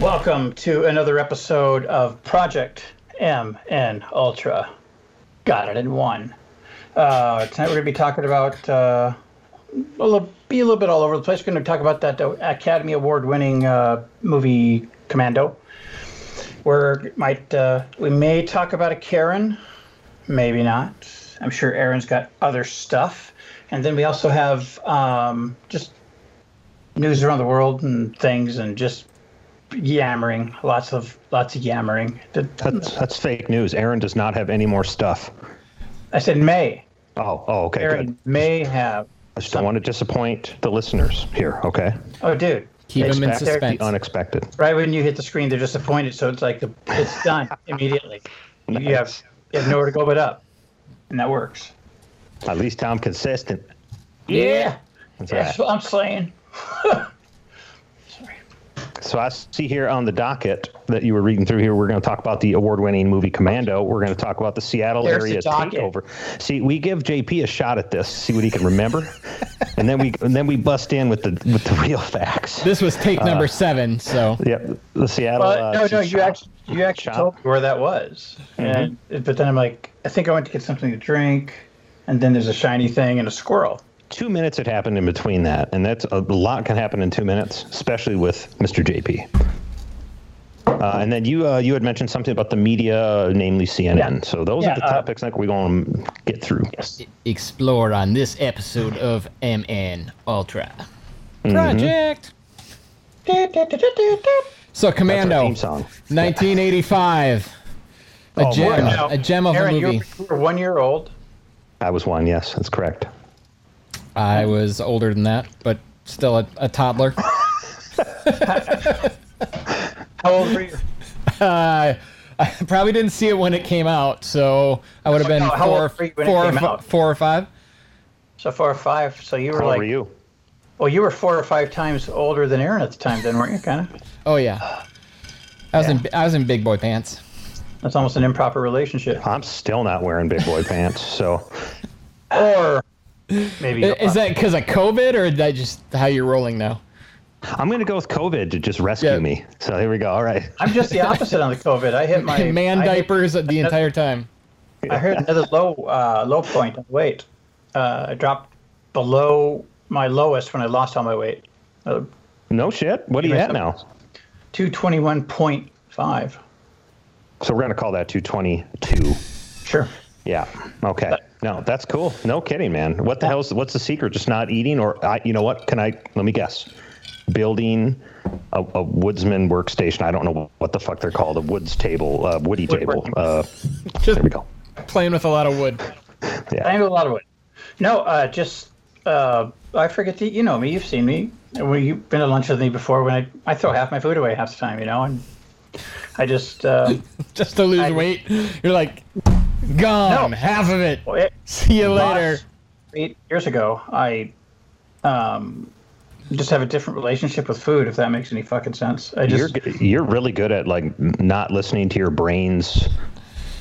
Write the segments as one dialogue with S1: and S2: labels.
S1: Welcome to another episode of Project MN Ultra. Got it in one. Uh, tonight we're going to be talking about uh, a little, be a little bit all over the place. We're going to talk about that uh, Academy Award-winning uh, movie Commando. We're might uh, we may talk about a Karen, maybe not. I'm sure Aaron's got other stuff, and then we also have um, just news around the world and things and just yammering lots of lots of yammering
S2: That's that's fake news. Aaron does not have any more stuff.
S1: i said may
S2: Oh, oh, okay, good.
S1: aaron may have
S2: I just don't want to disappoint the listeners here. Okay,
S1: oh dude
S3: Keep
S1: It's
S3: him in
S1: back there.
S2: the
S3: suspense.
S2: unexpected.
S1: right when you hit the screen they're disappointed so it's like the, it's done immediately you have you have nowhere to go but up and that works
S2: At least I'm consistent.
S1: yeah
S2: That's
S1: that's
S2: right.
S1: what i'm saying
S2: So I see here on the docket that you were reading through here. We're going to talk about the award-winning movie Commando. We're going to talk about the Seattle
S1: There's
S2: area
S1: the docket.
S2: takeover. See, we give JP a shot at this. See what he can remember, and then we and then we bust in with the with the real facts.
S3: This was
S1: Uh,
S3: take number seven, so
S2: Yep, the Seattle.
S1: Well,
S2: uh,
S1: no, no, you
S2: shop.
S1: actually you actually
S2: shop. Mm-hmm.
S1: told me where that was, and but then I'm like, I think I went to get something to drink, and then there's a shiny thing and a squirrel.
S2: two minutes it happened in between that and that's a lot can happen in two minutes especially with mr jp uh, and then you uh, you had mentioned something about the media namely cnn
S1: Yeah.
S2: so those
S1: Yeah,
S2: are the
S1: uh,
S2: topics like we're going to get through
S3: explored on this episode of MN Ultra
S1: Mm-hmm.
S3: Project. So
S2: that's our
S3: Commando,
S2: theme song
S3: 1985, a
S2: my
S3: gem,
S2: God.
S3: a gem of
S1: Oh, Aaron,
S3: a
S1: you were-
S3: movie.
S1: you were one year old.
S2: i was one yes that's correct
S3: I was older than that, but still a, a toddler.
S1: How old were you?
S3: uh, I probably didn't see it when it came out, so I would have been
S1: No, how
S3: four,
S1: old were you when it
S3: four,
S1: came
S3: fi-
S1: out?
S3: four or five.
S1: So four or five. So you were
S2: how
S1: like,
S2: were you
S1: well, you were four or five times older than Aaron at the time, then weren't you? Kind of.
S3: Oh yeah, I was in I was in big boy pants.
S1: That's almost an improper relationship.
S2: i'm still not wearing big boy pants so
S1: Or maybe.
S3: I- Is that because of COVID or is that just how you're rolling now?
S2: i'm going to go with covid to just rescue
S3: Yeah.
S2: me so here we go all right
S1: I'm just the opposite on the COVID. I hit my
S3: Man
S1: I hit-
S3: diapers the entire time.
S1: I heard another low uh, low point on weight. Uh, I dropped below my lowest when I lost all my weight. Uh,
S2: no shit what are you
S1: Yeah,
S2: at now
S1: Two twenty one point five.
S2: so we're going to call that 222
S1: Sure.
S2: Yeah. Okay. No, that's cool. No kidding, man. What the hell's what's the secret? Just not eating, or I, you know what? Can I? Let me guess. Building a, a woodsman workstation. I don't know what the fuck they're called. A woods table, uh, woody table.
S1: Woodworking.
S2: Uh,
S3: Just
S2: there we go.
S3: playing with a lot of wood.
S1: I
S2: Yeah.
S1: ate a lot of weight. No, uh, just uh, I forget to. eat. You know me. You've seen me. When you've been to lunch with me before, when I I throw half my food away half the time, you know, and I just uh,
S3: Just to lose
S1: I-
S3: weight, you're like gone
S1: No.
S3: half of it.
S1: it,
S3: See you later.
S1: Lost eight years ago, I um, just have a different relationship with food. If that makes any fucking sense, I
S2: You're
S1: just
S2: g- you're really good at like not listening to your brain's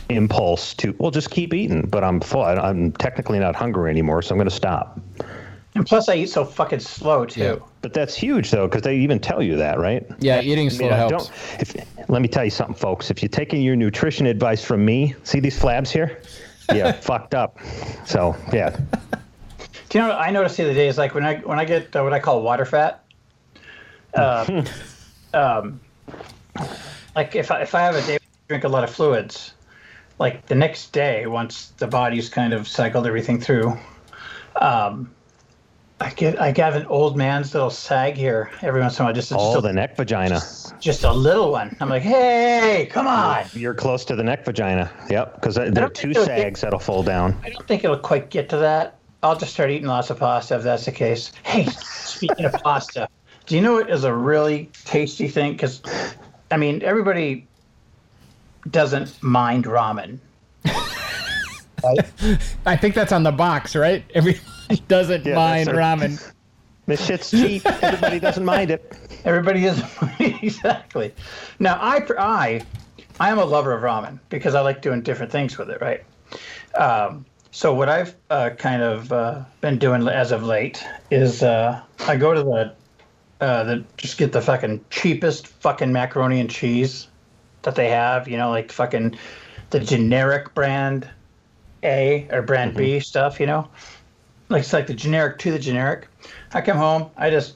S2: impulse to well just keep eating. But I'm full. I, I'm technically not hungry anymore, so I'm going to stop.
S1: and plus I eat so fucking slow too.
S3: Yeah.
S2: But that's huge though, because they even tell you that, right?
S3: Yeah, eating
S2: I
S3: slow
S2: mean, I
S3: helps.
S2: don't, if, let me tell you something, folks. If you're taking your nutrition advice from me, see these flabs here? Yeah, fucked up. So, yeah.
S1: Do you know what I noticed the other day is like when I when I get uh, what I call water fat, uh, um, like if I, if I have a day where I drink a lot of fluids, like the next day once the body's kind of cycled everything through, um, I get I have an old man's little sag here every once in a while, just
S2: Oh,
S1: just,
S2: the
S1: a,
S2: neck vagina.
S1: just a little one. I'm like, hey, come on!
S2: You're close to the neck vagina. Yep, because there are
S1: don't
S2: two
S1: think those
S2: sags that'll fall down.
S1: I don't think it'll quite get to that. I'll just start eating lots of pasta if that's the case. Hey, speaking of pasta, do you know what is a really tasty thing? Because, I mean, everybody doesn't mind ramen.
S3: I think that's on the box, right? Everyone doesn't
S2: Yeah,
S3: mind
S2: that's our-
S3: ramen.
S2: This shit's cheap. Everybody doesn't mind it.
S1: Everybody doesn't exactly. Now, I I I am a lover of ramen because I like doing different things with it, right? Um, so what I've uh, kind of uh, been doing as of late is uh, I go to the uh, that just get the fucking cheapest fucking macaroni and cheese that they have. You know, like fucking the generic brand A or brand
S3: Mm-hmm.
S1: B stuff. You know, like it's like the generic to the generic. I come home, I just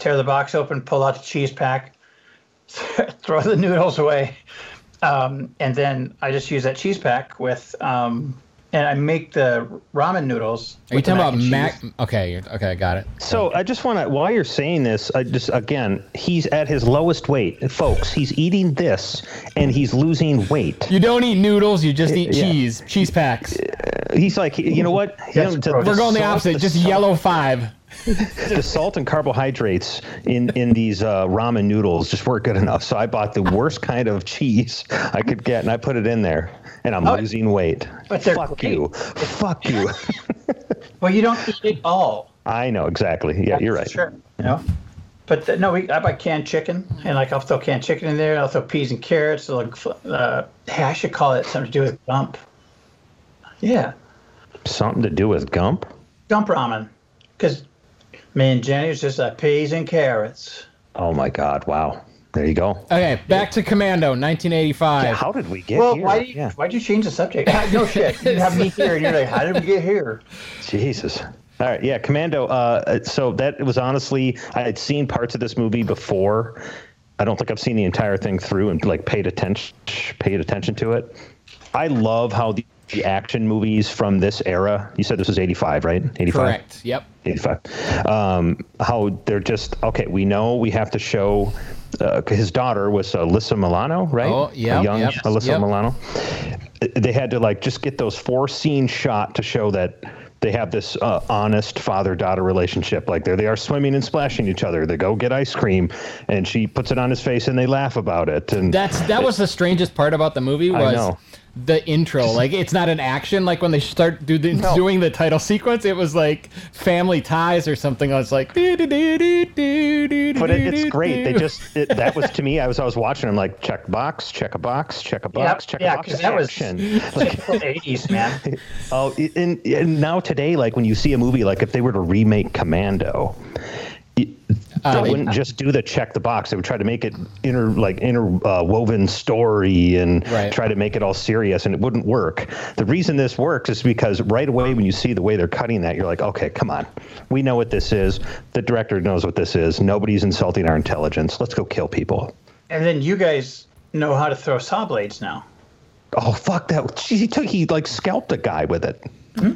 S1: tear the box open, pull out the cheese pack, throw the noodles away, um, and then I just use that cheese pack with. Um, and I make the ramen noodles.
S3: Are you
S1: with the
S3: talking about
S1: and
S3: mac?
S1: cheese.
S3: Okay, you're- okay, I got it.
S2: So I just want to, while you're saying this, I just again, he's at his lowest weight, folks. He's eating this, and he's losing weight.
S3: You don't eat noodles. You just eat
S2: Yeah.
S3: cheese. Cheese packs.
S2: He's like, you know what? You
S1: That's
S2: know,
S1: gross.
S3: We're going Oh, the
S2: salt-
S3: opposite. Just
S2: salt-
S3: yellow five.
S2: The salt and carbohydrates in in these uh, ramen noodles just weren't good enough. So I bought the worst kind of cheese I could get, and I put it in there, and I'm losing weight.
S1: Oh. But they're
S2: Fuck
S1: great.
S2: you. Fuck you.
S1: Well, you don't eat it all.
S2: I know exactly. Yeah, you're right.
S1: Sure. You know? But the, no, we, I buy canned chicken, and like I'll throw canned chicken in there. and I'll throw peas and carrots. Like, uh, hey, I should call it something to do with gump. Yeah,
S2: Something to do with Gump.
S1: gump ramen. Because me and Jenny was just like peas and carrots.
S2: Oh my God! Wow. There you go.
S3: Okay, back to Commando, 1985.
S2: How did we get
S1: Uh, Well,
S2: here?
S1: why do you,
S2: yeah.
S1: why'd you change the subject? No shit. You have me here, and you're like, how did we get here?
S2: Jesus. All right, yeah, Commando. Uh, so that was honestly, I had seen parts of this movie before. I don't think I've seen the entire thing through and like paid attention, paid attention to it. I love how the, the action movies from this era. You said this was '85, right? '85.
S3: Correct. Yep.
S2: 85 um, how they're just okay we know we have to show uh, his daughter was alyssa milano right
S3: Oh, yeah,
S2: A young
S3: yep,
S2: alyssa
S3: yep.
S2: milano they had to like just get those four scene shot to show that they have this uh, honest father-daughter relationship like there they are swimming and splashing each other they go get ice cream and she puts it on his face and they laugh about it and
S3: That's that was the strangest part about the movie
S2: I
S3: was
S2: know.
S3: the intro. Like it's not an action. Like when they start do the, doing the title sequence, it was like Family Ties or something. I was like, but
S2: but it, it's
S3: it's
S2: great. They just it, that was to me. I was I was watching. I'm like, check box, check a box, check a box, check
S1: yeah,
S2: a box.
S1: 'cause that was-
S2: action.
S1: Typical 80s, man.
S2: Oh, and, and now today, like when you see a movie, like if they were to remake Commando, it-
S3: Uh,
S2: they
S3: they-
S2: wouldn't just do the check the box. They would try to make it inter like interwoven story and
S3: Right.
S2: try to make it all serious, and it wouldn't work. The reason this works is because right away when you see the way they're cutting that, you're like, okay, come on, we know what this is. The director knows what this is. Nobody's insulting our intelligence. Let's go kill people.
S1: And then you guys know how to throw saw blades now.
S2: Oh fuck that! Gee, He took he like scalped a guy with it.
S3: Hmm?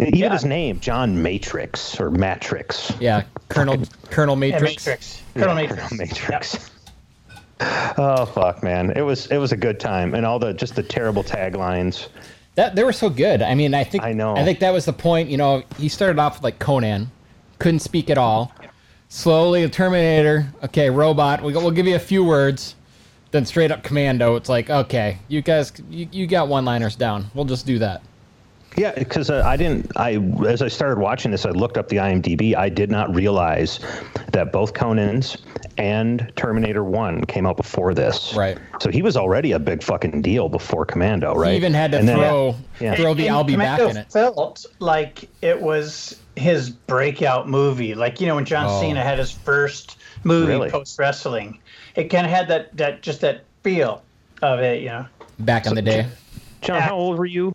S2: Even
S1: Yeah.
S2: his name, John Matrix or Matrix.
S3: Yeah, Colonel Colonel
S1: Yeah,
S3: Matrix.
S1: Matrix. Colonel Matrix.
S2: Colonel Matrix. Oh fuck, man! It was it was a good time, and all the just the terrible taglines.
S3: That they were so good. I mean, I think
S2: I know.
S3: I think that was the point. You know, he started off like Conan, couldn't speak at all. Slowly, Terminator. Okay, robot. We go, we'll give you a few words. Then straight up Commando. It's like, okay, you guys, you, you got one-liners down. We'll just do that.
S2: Yeah, because uh, I didn't. I as I started watching this, I looked up the IMDb. I did not realize that both Conan's and Terminator One came out before this.
S3: Right.
S2: So he was already a big fucking deal before Commando, right?
S3: He even had to
S2: And then-
S3: throw
S2: Yeah.
S3: throw the
S1: And
S3: I'll be back
S1: Commando
S3: in it.
S1: Felt like it was his breakout movie. Like you know when John
S3: Oh.
S1: Cena had his first movie
S2: Really?
S1: post wrestling, it kind of had that that just that feel of it. You know,
S3: Back in the day.
S2: John, how old were you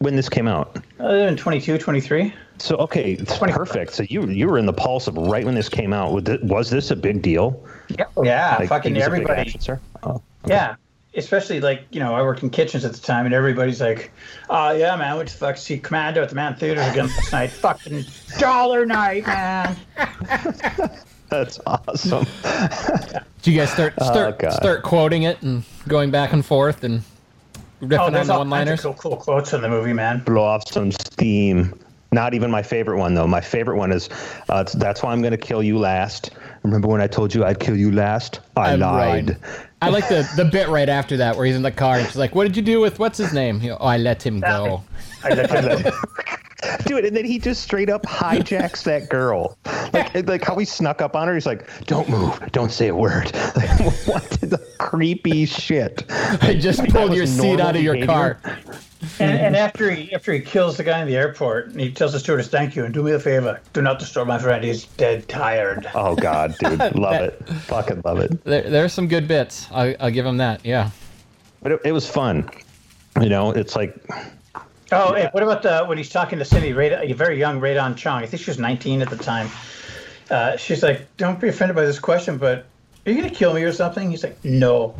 S2: when this came out?
S1: other than 22, 23.
S2: So okay, it's
S1: 24.
S2: perfect. So you you were in the pulse of right when this came out. Was thi- Was this a big deal?
S1: Yeah,
S2: Like,
S1: fucking
S2: it was a big
S1: everybody.
S2: action, sir? Oh.
S1: Yeah. Especially like, you know, I worked in kitchens at the time and everybody's like, Oh yeah, man, we just fuck see Commando at the Man Theater again last night. Fucking dollar night, man.
S2: That's awesome.
S3: Do you guys start start
S2: Oh, God.
S3: start quoting it and going back and forth and
S1: Oh,
S3: riffing on
S1: there's
S3: the
S1: all kinds of
S3: one-liners?
S1: cool, cool quotes in the movie, man.
S2: Blow off some steam. Not even my favorite one though. My favorite one is uh, it's- that's why I'm gonna kill you last. Remember when I told you I'd kill you last? I
S3: I'm
S2: lied.
S3: right. I like the, the bit right after that where he's in the car and she's like, "What did you do with what's his name?" He- oh, I let him go.
S1: I look at it.
S2: Dude, and then he just straight up hijacks that girl. Like, like how he snuck up on her. He's like, "Don't move. Don't say a word." Like, what the creepy shit?
S3: I just
S2: Like, that
S3: pulled
S2: was
S3: your seat
S2: normal
S3: out of your
S2: behavior?
S3: car.
S1: And, and after he after he kills the guy in the airport, and he tells the stewardess, "Thank you, and do me a favor, do not disturb my friend. He's dead tired."
S2: Oh God, dude, love it, fucking love it.
S3: There, there's some good bits. I, I'll give him that. Yeah.
S2: But it, it was fun. You know, it's like
S1: Oh, hey, what about the when he's talking to Cindy, Radon, a very young Radon Chong? I think she was 19 at the time. Uh, she's like, "Don't be offended by this question, but are you gonna kill me or something?" He's like, "No."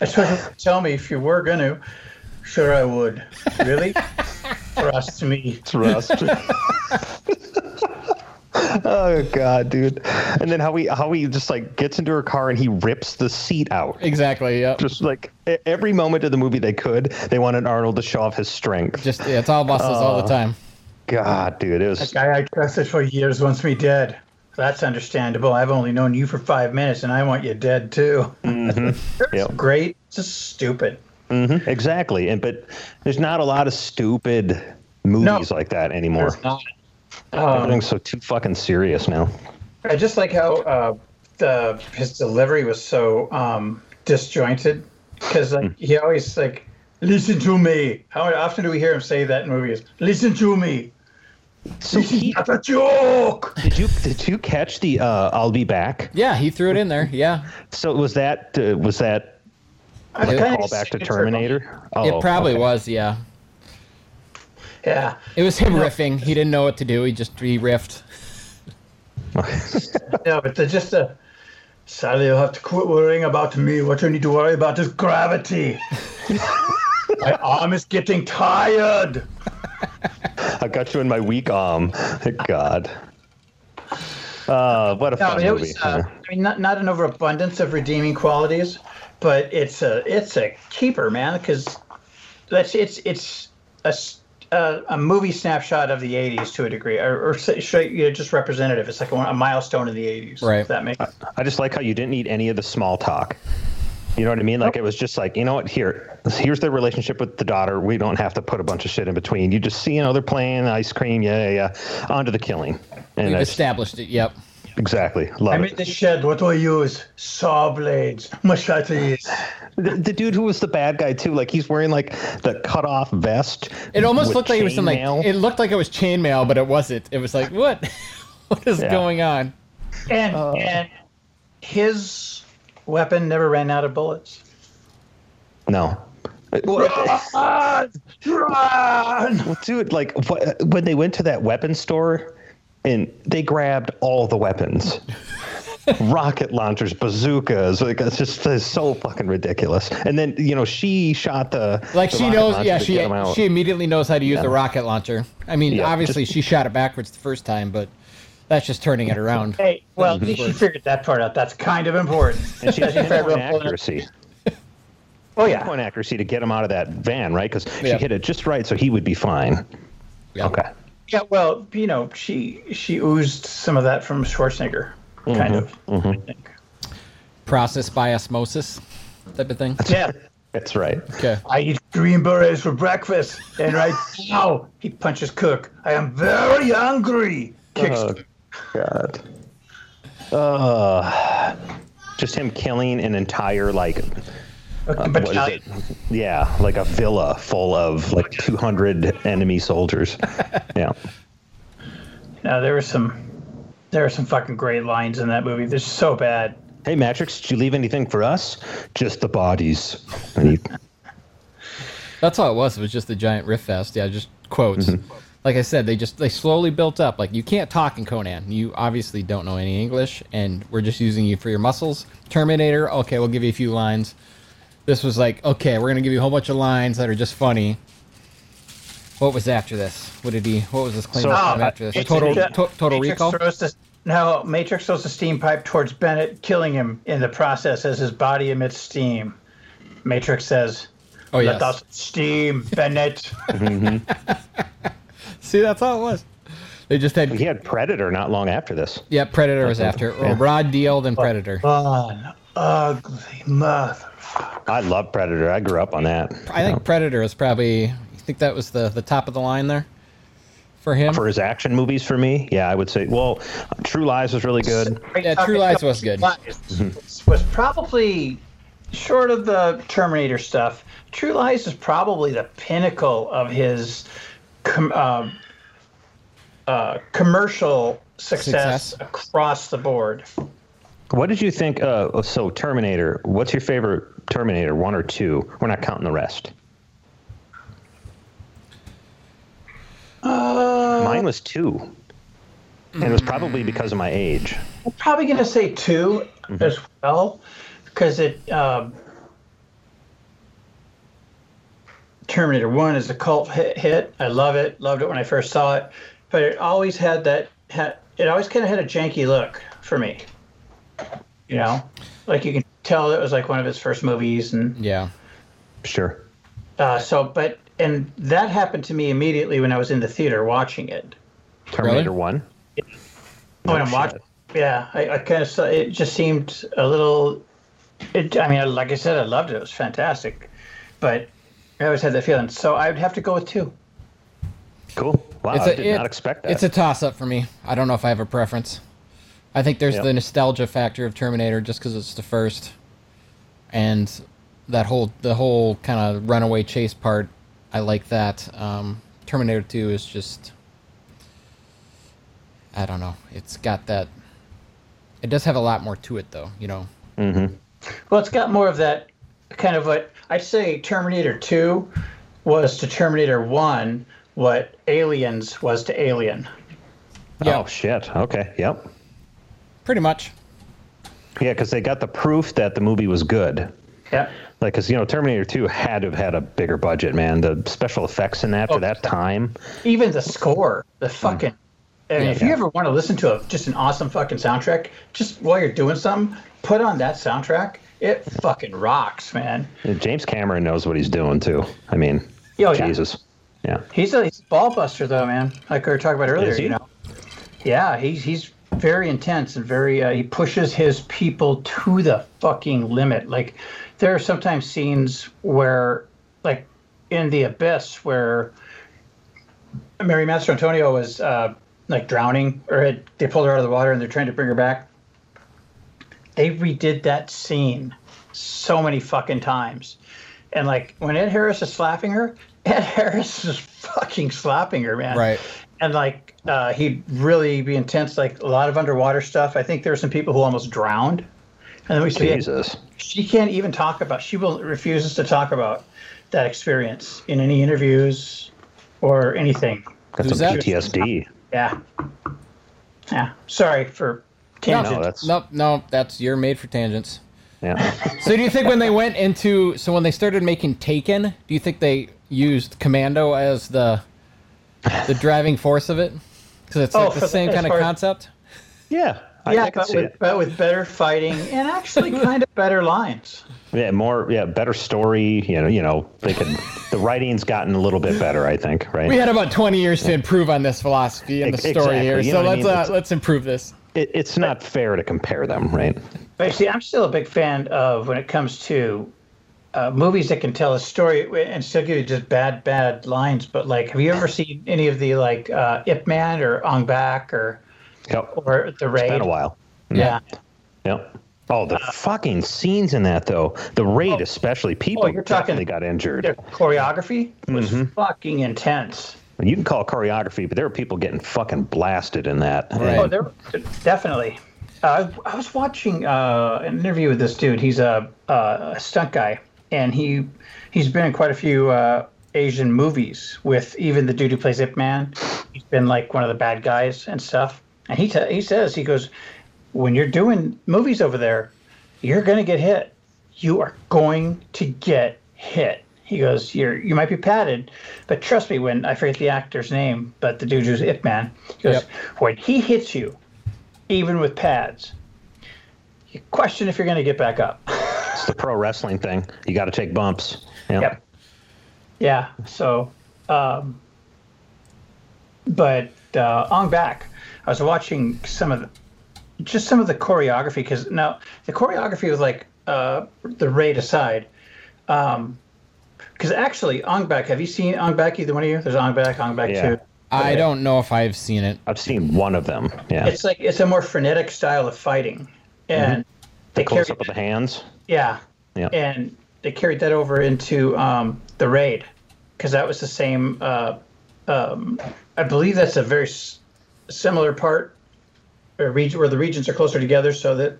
S1: I suppose you could tell me if you were gonna. Sure, I would. Really? Trust me.
S2: it's rust. oh God, dude. And then how he how he just like gets into her car and he rips the seat out.
S3: Exactly. Yep.
S2: Just like e- every moment of the movie they could, they wanted Arnold to show off his strength.
S3: Just yeah, it's all muscles all
S2: Uh.
S3: the time.
S2: God, dude, it was
S1: Guy I trusted for years wants me dead. That's understandable. I've only known you for five minutes, and I want you dead too.
S2: Mm-hmm. yep.
S1: Great, just stupid. Mm-hmm.
S2: Mhm, exactly. And but there's not a lot of stupid movies like that anymore.
S1: It's not.
S2: Everything's so too fucking serious now.
S1: I just like how uh, the his delivery was so um, disjointed because like
S2: Hmm.
S1: he always like listen to me. How often do we hear him say that in movies? Listen to me.
S2: So he,
S1: That's a joke.
S2: did you did you catch the uh, "I'll be back"?
S3: Yeah, he threw it in there. Yeah.
S2: So was that uh, was that
S1: I
S2: like a
S1: kinda
S2: callback to
S1: just-
S2: Terminator? Oh,
S3: it probably
S2: okay.
S3: was. Yeah.
S1: Yeah.
S3: It was him riffing. He didn't know what to do. He just he riffed.
S1: No, but they're just a. Sally, you'll have to quit worrying about me. What you need to worry about is gravity. My arm is getting tired.
S2: I got you in my weak arm. God. Uh, what a
S1: No, I
S2: fun
S1: mean, it
S2: movie.
S1: was. Uh, I mean, not not an overabundance of redeeming qualities, but it's a it's a keeper, man. Because that's it's it's a, s- a a movie snapshot of the '80s to a degree, or, or s- sh- you know, just representative. It's like a, a milestone of the '80s.
S3: Right.
S1: If that makes.
S2: Yeah. I just like how you didn't need any of the small talk. You know what I mean? Like it was just like, you know what? Here, here's their relationship with the daughter. We don't have to put a bunch of shit in between. You just see, you know, they're playing ice cream. Yeah, yeah, yeah. On to the killing. And
S3: We've
S2: I just-
S3: established it. Yep.
S2: exactly, love
S1: I mean,
S2: it.
S1: the shed. What do I use? Saw blades, machetes.
S2: The, the dude who was the bad guy too, like he's wearing like the cut off vest.
S3: It almost
S2: with
S3: looked like it was some like
S2: chainmail.
S3: it looked like it was chainmail, but it wasn't. It was like what? what is
S2: Yeah.
S3: going on?
S1: And
S2: Uh.
S1: and his weapon never ran out of bullets.
S2: no.
S1: Run! Run!
S2: Well, dude, like wh- when they went to that weapon store, and they grabbed all the weapons, rocket launchers, bazookas. Like it's just it's so fucking ridiculous. And then you know she shot the
S3: Like
S2: the
S3: she
S2: rocket
S3: knows.
S2: launcher
S3: Yeah,
S2: to get 'em
S3: she
S2: out.
S3: she immediately knows how to use the
S2: Yeah.
S3: rocket launcher. I mean,
S2: Yeah,
S3: obviously she shot it backwards the first time, but that's just turning it around.
S1: Hey, well, at least she figured that part out. That's kind of important.
S2: and she had
S1: That's very
S2: pinpoint
S1: important.
S2: accuracy,
S1: Oh yeah.
S2: pinpoint accuracy to get him out of that van, right? Because
S3: Yeah.
S2: she hit it just right, so he would be fine.
S3: Yeah.
S2: Okay.
S1: Yeah. Well, you know, she she oozed some of that from Schwarzenegger,
S2: Mm-hmm.
S1: kind of. I think.
S3: Process by osmosis, type of thing.
S1: Yeah.
S2: That's right.
S3: Okay.
S1: I eat green berets for breakfast, and right now he punches Cook. I am very hungry. Kicks.
S2: Oh, God. Uh, just him killing an entire like
S1: but
S2: what is it? Yeah, like a villa full of like 200 enemy soldiers. Yeah.
S1: no, there were some, there were some fucking great lines in that movie. They're so bad.
S2: Hey, Matrix, did you leave anything for us? Just the bodies. And he-
S3: That's all it was. It was just the giant riff fest. Yeah, just quotes.
S2: Mm-hmm.
S3: Like I said, they just they slowly built up. Like you can't talk in Conan. You obviously don't know any English, and we're just using you for your muscles. Terminator. Okay, we'll give you a few lines. This was like okay, we're gonna give you a whole bunch of lines that are just funny. What was after this? What did he? What was his claim
S2: So,
S3: to fame
S2: uh,
S3: after this?
S2: it's-
S3: Total
S2: it's-
S3: to, Total
S1: Oh, Matrix
S3: Recall.
S1: Throws the, no, Matrix throws the steam pipe towards Bennett, killing him in the process as his body emits steam. Matrix says,
S3: Oh
S1: "Let
S3: yes.
S1: us steam, Bennett."
S3: See, that's all it was. They just had
S2: he had Predator not long after this.
S3: yeah. Predator was after. it. Or
S2: Yeah.
S3: Rod Deal then Predator.
S1: Fun, ugly mother.
S2: I love Predator. I grew up on that.
S3: I think Predator is probably. You think that was the the top of the line there for him?
S2: For his action movies, for me, yeah, I would say. Well, True Lies was really good.
S3: Yeah, True Lies was good.
S1: Lies was probably short of the Terminator stuff, True Lies is probably the pinnacle of his com- uh, uh, commercial success,
S3: Success.
S1: across the board.
S2: What did you think? Uh, so Terminator. What's your favorite Terminator? One or two? We're not counting the rest. Mine was two, and it was probably because of my age.
S1: I'm probably going to say 2 as well because it. Um, Terminator 1 is a cult hit, hit. I love it. Loved it when I first saw it. But it always had that, had, it always kind of had a janky look for me. You know? Like you can tell it was like one of his first movies and
S3: Yeah.
S2: Sure.
S1: Uh, so, but and that happened to me immediately when I was in the theater watching it.
S2: Terminator one.
S1: when Oh, I'm
S2: shit.
S1: watching, yeah, I, I kind of saw it. Just seemed a little. It, I mean, I- like I said, I loved it. It was fantastic, but I always had that feeling. So I would have to go with two.
S2: Cool. Wow, I did
S3: it-
S2: not expect that.
S3: It's a toss up for me. I don't know if I have a preference. I think there's
S2: Yeah.
S3: the nostalgia factor of Terminator just because it's the first, and that whole the whole kind of runaway chase part. I like that. Um, Terminator Two is just. I don't know. It's got that. It does have a lot more to it, though. You know.
S1: Well, it's got more of that kind of what I'd say. Terminator Two was to Terminator One what Aliens was to Alien.
S2: Oh shit. Okay. Yep.
S3: Pretty much.
S2: Yeah, because they got the proof that the movie was good.
S1: Yeah.
S2: Like, because you know, Terminator Two had to have had a bigger budget, man. The special effects in
S3: Oh.
S2: that for that time.
S1: even the score, the fucking. I mean, if you
S2: Hmm. Yeah.
S1: ever want to listen to a, just an awesome fucking soundtrack, just while you're doing something, put on that soundtrack. It fucking rocks, man.
S2: James Cameron knows what he's doing too. I mean,
S1: Oh, yeah. Oh,
S2: Jesus. Yeah.
S1: He's a, he's a ball buster though, man. Like we were talking about earlier,
S2: Is he?
S1: you know. Yeah, he's he's very intense and very. Uh, he pushes his people to the fucking limit. Like there are sometimes scenes where, like in the abyss, where Mary Master Antonio was uh, like drowning, or had, they pulled her out of the water and they're trying to bring her back. They redid that scene so many fucking times. And like when Ed Harris is slapping her, Ed Harris is fucking slapping her, man.
S3: Right.
S1: And like uh, he'd really be intense, like a lot of underwater stuff. I think there were some people who almost drowned. And then we see it.
S2: Jesus.
S1: she can't even talk about. She will refuses to talk about that experience in any interviews or anything.
S2: Got
S3: Who's
S2: some
S3: that?
S2: PTSD.
S1: Yeah. Yeah. Sorry for tangent.
S2: No, Oh, that's
S3: Nope. No, that's you're made for tangents.
S2: yeah.
S3: So do you think when they went into so when they started making Taken, do you think they used Commando as the the driving force of it? Because it's
S1: Oh,
S3: like
S1: for
S3: the
S1: the-
S3: same
S1: as
S3: kind of
S1: far as-
S3: concept.
S2: Yeah. I,
S1: yeah,
S2: I can
S1: but
S2: see
S1: with,
S2: it.
S1: but with better fighting and actually kind of better lines.
S2: Yeah, more. Yeah, better story. You know, you know, they could. the writing's gotten a little bit better, I think. Right.
S3: We had about twenty years to improve on this philosophy and the
S2: Ex-
S3: story
S2: exactly,
S3: here,
S2: you
S3: so
S2: know what I
S3: let's
S2: mean?
S3: uh,
S2: It's-
S3: let's improve this.
S2: It, it's not fair to compare them, right?
S1: But you see, I'm still a big fan of when it comes to uh, movies that can tell a story and still give you just bad, bad lines. But like, have you ever seen any of the like uh, Ip Man or Ong Bak or
S2: Yep.
S1: or The Raid?
S2: Been a while.
S1: Yeah.
S2: Yep. Oh, the fucking scenes in that though. The raid, especially. People
S1: Oh, you're talking-
S2: definitely got injured.
S1: Their choreography was
S2: Mm-hmm.
S1: fucking intense.
S2: You can call it choreography, but there were people getting fucking blasted in that.
S3: Right.
S1: Oh, there definitely. Uh, I I was watching uh, an interview with this dude. He's a, uh, a stunt guy, and he he's been in quite a few uh, Asian movies with even the dude who plays Ip Man. He's been like one of the bad guys and stuff. And he ta he says he goes, when you're doing movies over there, you're gonna get hit. You are going to get hit. He goes, you're you might be padded, but trust me. When I forget the actor's name, but the dude who's Ip Man, he goes,
S3: Yep.
S1: when he hits you, even with pads, you question if you're gonna get back up.
S2: It's the pro wrestling thing. You got to take bumps. Yeah.
S1: Yep. Yeah. So, um, but uh, on back, I was watching some of the, just some of the choreography because now the choreography was like uh, the raid aside. Because actually, Ong Bak, have you seen Ong Bak? Either one of you? There's Ong Bak, Ong Bak
S2: Yeah.
S1: too.
S3: I don't know if I've seen it.
S2: I've seen one of them. Yeah.
S1: It's like it's a more frenetic style of fighting, and they
S2: Close
S1: carry-
S2: up of the hands.
S1: Yeah,
S2: Yeah.
S1: and they carried that over into um, the raid because that was the same. Uh, um, I believe that's a very s- similar part or region where the regions are closer together, so that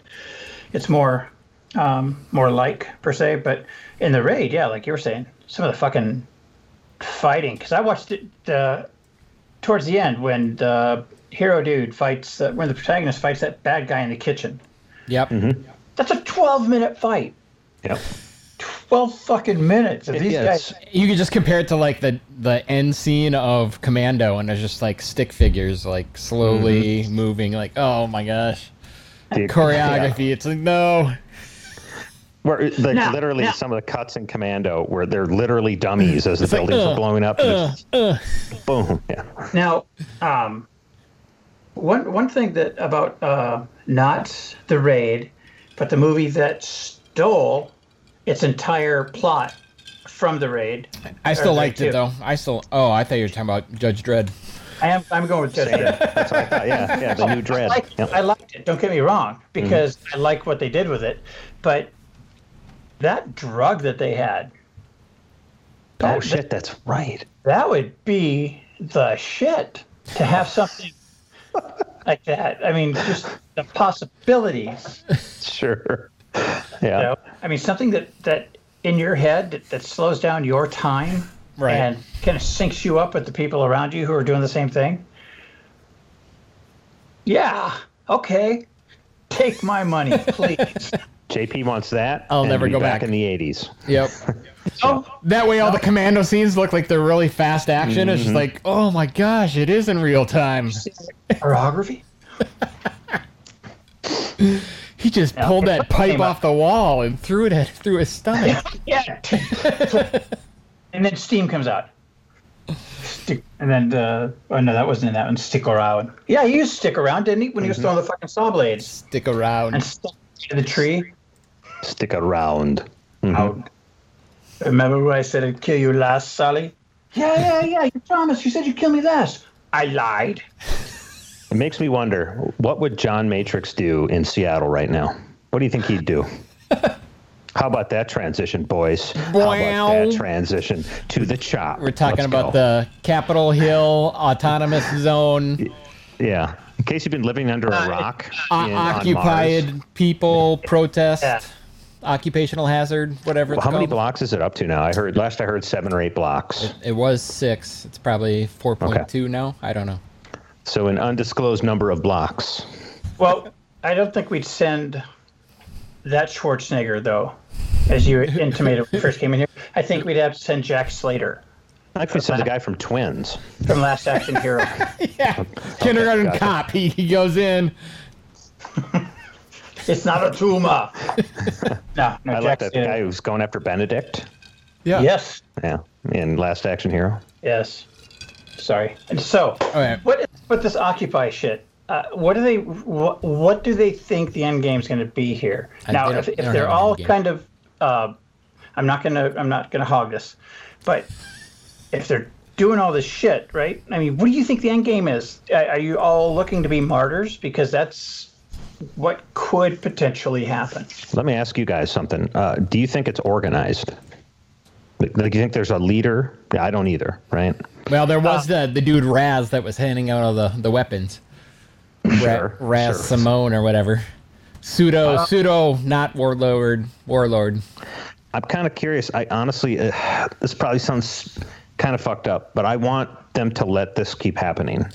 S1: it's more um, more like per se. But in the raid, yeah, like you were saying, some of the fucking fighting because I watched it uh, towards the end when the hero dude fights uh, when the protagonist fights that bad guy in the kitchen.
S3: Yep.
S2: Mm-hmm.
S1: That's a twelve minute fight.
S2: Yep.
S1: Twelve fucking minutes of these
S2: Yeah,
S1: guys.
S2: it's-
S3: You could just compare it to like the the end scene of Commando, and it's just like stick figures like slowly
S2: Mm-hmm.
S3: moving. Like, oh my gosh,
S2: the-
S3: choreography.
S2: yeah.
S3: It's like no.
S2: Where it- like
S1: No,
S2: literally
S1: no.
S2: some of the cuts in Commando where they're literally dummies as the
S3: like,
S2: buildings
S3: uh,
S2: are blowing up. and it's- boom. Yeah. Uh,
S1: Now, um, one one thing that about uh, not the raid, but the movie that stole its entire plot from the raid.
S3: I
S1: Or
S3: still
S1: they
S3: liked it
S1: too.
S3: though. I still. Oh, I thought you were talking about Judge Dredd.
S1: I am I'm going with Judge Dredd.
S2: That's what I thought. Yeah. Yeah. The new dread.
S1: I,
S2: Yep.
S1: I liked it. Don't get me wrong, because I like what they did with it, but that drug that they had,
S2: Oh shit. That's right.
S1: that would be the shit to have something like that. I mean, just the possibilities.
S2: Sure.
S1: You
S2: Yeah.
S1: know? I mean, something that that in your head that, that slows down your time
S3: Right.
S1: and kind of syncs you up with the people around you who are doing the same thing. Yeah. Okay. Take my money, please.
S2: JP wants that.
S3: I'll
S2: and
S3: never
S2: be
S3: go back.
S2: in the '80s.
S3: Yep.
S1: oh,
S3: That way, all the Commando scenes look like they're really fast action. It's
S1: Mm-hmm.
S3: just like, oh my gosh, it is in real time.
S1: choreography.
S3: He just pulled that pipe
S1: Came
S3: off
S1: up.
S3: the wall and threw it at, through his stomach.
S1: Yeah. and then steam comes out. Stick, and then, uh, oh no, that wasn't in that one. Stick around. Yeah, he used to stick around, didn't he? When he was throwing the fucking saw blades
S3: Stick around.
S1: and stuck to the tree.
S2: Stick around.
S1: Out. Remember when I said I'd kill you last, Sally? Yeah, yeah, yeah. You promised. You said you'd kill me last. I lied.
S2: It makes me wonder what would John Matrix do in Seattle right now? What do you think he'd do? How about that transition, boys? How about
S3: Wow.
S2: that transition to the chop?
S3: We're talking about the Capitol Hill autonomous zone,
S2: the yeah. In case you've been living under a rock,
S3: o-
S2: in- on Mars.
S3: occupied people protest,
S1: Yeah.
S3: occupational hazard, whatever. It's
S2: How many
S3: called.
S2: blocks is it up to now? I heard last I heard seven or eight blocks.
S3: It was six. It's probably four point two now. I don't know.
S2: So an undisclosed number of blocks.
S1: Well, I don't think we'd send that Schwarzenegger though, as you intimated when we first came in here. I think we'd have to send Jack Slater
S2: I could send the guy from Twins.
S1: from Last Action Hero.
S3: Yeah, kindergarten
S2: gotcha.
S3: cop. He, he goes in.
S1: It's not a tumor. No, no,
S2: I like
S1: Jack
S2: that
S1: Slater.
S2: guy who's going after Benedict.
S3: Yeah.
S1: Yes,
S2: Yeah, in Last Action Hero.
S1: yes. Sorry. And so,
S3: Okay.
S1: what is with this Occupy shit? Uh, what do they? What, what do they think the end game's going to be here? now,
S3: don't-
S1: if,
S3: they
S1: if
S3: don't have
S1: they're
S3: an
S1: all
S3: end game.
S1: kind of, uh, I'm not gonna, I'm not gonna hog this, but if they're doing all this shit, right? I mean, what do you think the end game is? Are, are you all looking to be martyrs? Because that's what could potentially happen.
S2: Let me ask you guys something. Uh, do you think it's organized? Like, like, you think there's a leader? Yeah, I don't either, right?
S3: Well, there was the the dude Raz that was handing out all the the weapons. Ra-
S2: Sure,
S3: Raz
S2: sure.
S3: Simone or whatever. Pseudo pseudo not warlord warlord.
S2: I'm kind of curious. I honestly, uh, this probably sounds kind of fucked up, but I want them to let this keep happening.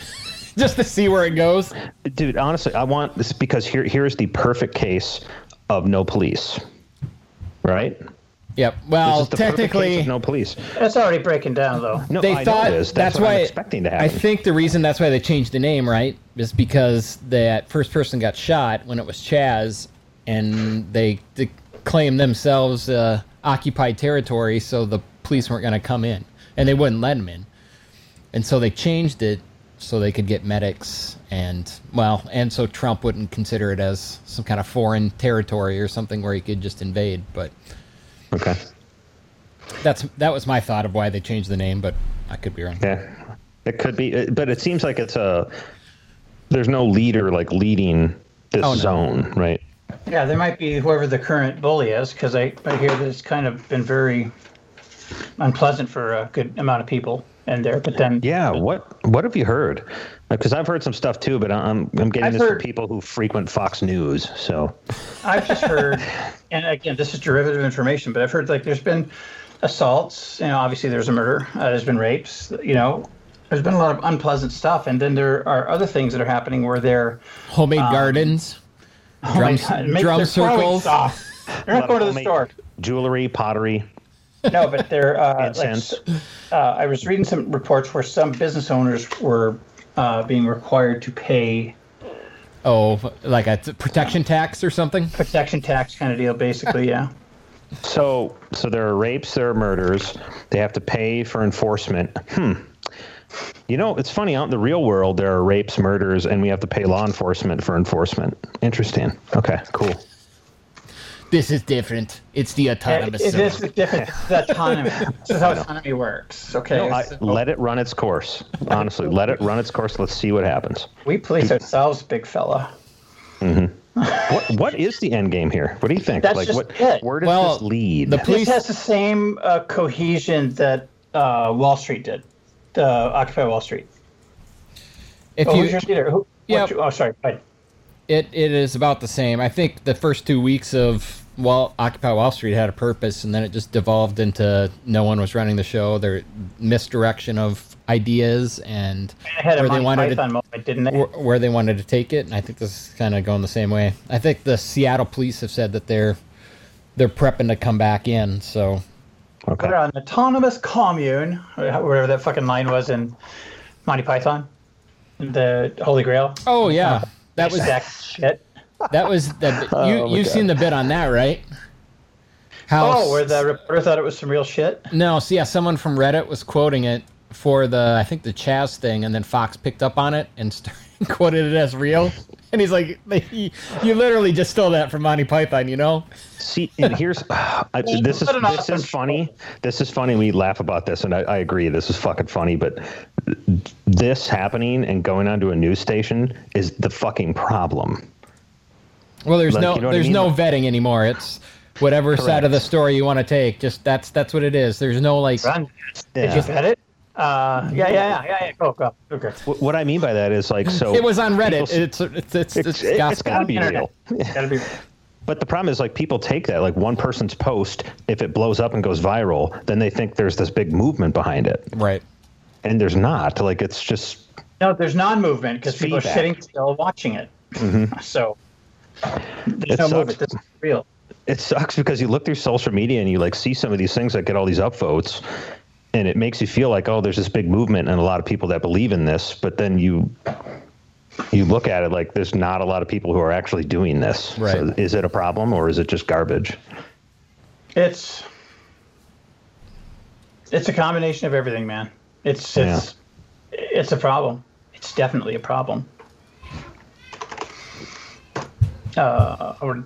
S3: Just to see where it goes.
S2: Dude, honestly, I want this because here here's the perfect case of no police. Right?
S3: Yep.
S2: This
S3: Well,
S2: is the perfect case
S3: technically
S2: of no police.
S1: That's already breaking down, though.
S2: No,
S3: they
S2: I know
S3: thought
S2: it is.
S3: that's,
S2: what
S3: why
S2: I'm expecting to happen.
S3: I think the reason that's why they changed the name, right, is because that first person got shot when it was Chaz, and they, they claimed themselves uh, occupied territory, so the police weren't going to come in, and they wouldn't let them in, and so they changed it so they could get medics and well and so trump wouldn't consider it as some kind of foreign territory or something where he could just invade but
S2: okay.
S3: that's that was my thought of why they changed the name but i could be wrong
S2: Yeah, it could be, it- but it seems like it's a. There's no leader like leading this
S3: Oh, no.
S2: zone, right?
S1: Yeah, there might be whoever the current bully is, because I, I hear that it's kind of been very unpleasant for a good amount of people in there. But then,
S2: Yeah, what what have you heard? Because Uh, I've heard some stuff too, but I'm I'm getting
S1: I've
S2: this
S1: heard-
S2: from people who frequent Fox News. So
S1: I've just heard, and again, this is derivative information, but I've heard like there's been assaults. You know, obviously there's a murder. Uh, there's been rapes. You know, there's been a lot of unpleasant stuff, and then there are other things that are happening where they're
S3: Homemade
S1: Um,
S3: gardens,
S1: oh
S3: drum,
S1: make
S3: drum
S1: their throwing
S3: circles.
S1: stuff. They're
S2: A
S1: not
S2: lot of
S1: going to the
S2: homemade
S1: store.
S2: Jewelry, pottery,
S1: No, but they're uh, like,
S2: incense.
S1: uh, I was reading some reports where some business owners were uh, being required to pay
S3: Oh, like a t- protection tax or something.
S1: protection tax kind of deal, basically. Yeah.
S2: So, so there are rapes, there are murders. They have to pay for enforcement. Hmm. You know, it's funny. Out in the real world, there are rapes, murders, and we have to pay law enforcement for enforcement. Interesting. Okay, cool.
S3: This is different. It's the
S1: It,
S3: autonomous
S1: it
S3: zone.
S1: is different. It's autonomy. this is how autonomy works. Okay.
S2: I,
S1: so
S2: let it run its course. Honestly, let it run its course. Let's see what happens.
S1: we police ourselves, big fella.
S2: What What is the end game here? What do you think?
S1: That's
S2: like,
S1: just
S2: what?
S1: it.
S2: Where does
S3: Well,
S2: this lead?
S3: the
S1: This
S3: police.
S1: has the same uh, cohesion that uh, Wall Street did, the Occupy Wall Street.
S3: if
S1: Oh,
S3: you,
S1: who's your leader? Who,
S3: Yeah.
S1: what you- Oh, sorry. Right.
S3: It it is about the same. I think the first two weeks of Wall Occupy Wall Street had a purpose, and then it just devolved into no one was running the show. Their misdirection of ideas and
S1: I had a
S3: where they
S1: Monty
S3: wanted
S1: Python
S3: to,
S1: moment, didn't they?
S3: where, where they wanted to take it. And I think this is kind of going the same way. I think the Seattle police have said that they're they're prepping to come back in. So
S2: okay.
S1: We're an autonomous commune, or how- whatever that fucking line was in Monty Python, the Holy Grail.
S3: oh yeah, that was
S1: Stack shit.
S3: that was that.
S2: Oh
S3: You you've seen the bit on that right? How
S1: Oh, where the reporter thought it was some real shit.
S3: No, so yeah, someone from Reddit was quoting it for the I think the Chaz thing, and then Fox picked up on it and started, quoted it as real. And he's like, "You you literally just stole that from Monty Python, you know?"
S2: See, and here's I, this is
S1: What an
S2: this
S1: awesome
S2: is funny. This is funny. We laugh about this, and I, I agree. This is fucking funny. But th- this happening and going onto a news station is the fucking problem.
S3: Well, there's
S2: Like,
S3: no
S2: you know what I
S3: there's
S2: mean?
S3: no vetting anymore. It's whatever side of the story you want to take. Just that's that's what it is. There's no like
S1: Run. Did
S2: Yeah.
S1: you get it? Uh, yeah, yeah, yeah, yeah, yeah. Go, go. Okay.
S2: Wh- What I mean by that is like so.
S3: it was on Reddit.
S2: people-
S3: It's it's it's,
S2: It's-
S3: it's,
S2: it's
S3: gospel.
S2: gotta be
S1: Internet. Gotta be.
S2: But the problem is like people take that like one person's post. If it blows up and goes viral, then they think there's this big movement behind it,
S3: right.
S2: and there's not. Like it's just
S1: No, there's non-movement because people are
S2: Feedback.
S1: sitting still watching it. So
S2: It
S1: there's no
S2: sucks.
S1: movement. This is real.
S2: it sucks because you look through social media and you like see some of these things that get all these upvotes and it makes you feel like oh there's this big movement and a lot of people that believe in this but then you you look at it like there's not a lot of people who are actually doing this so
S3: Right.
S2: is it a problem or is it just garbage
S1: It's it's a combination of everything, man. It's it's it's a problem. It's definitely a problem. Uh, or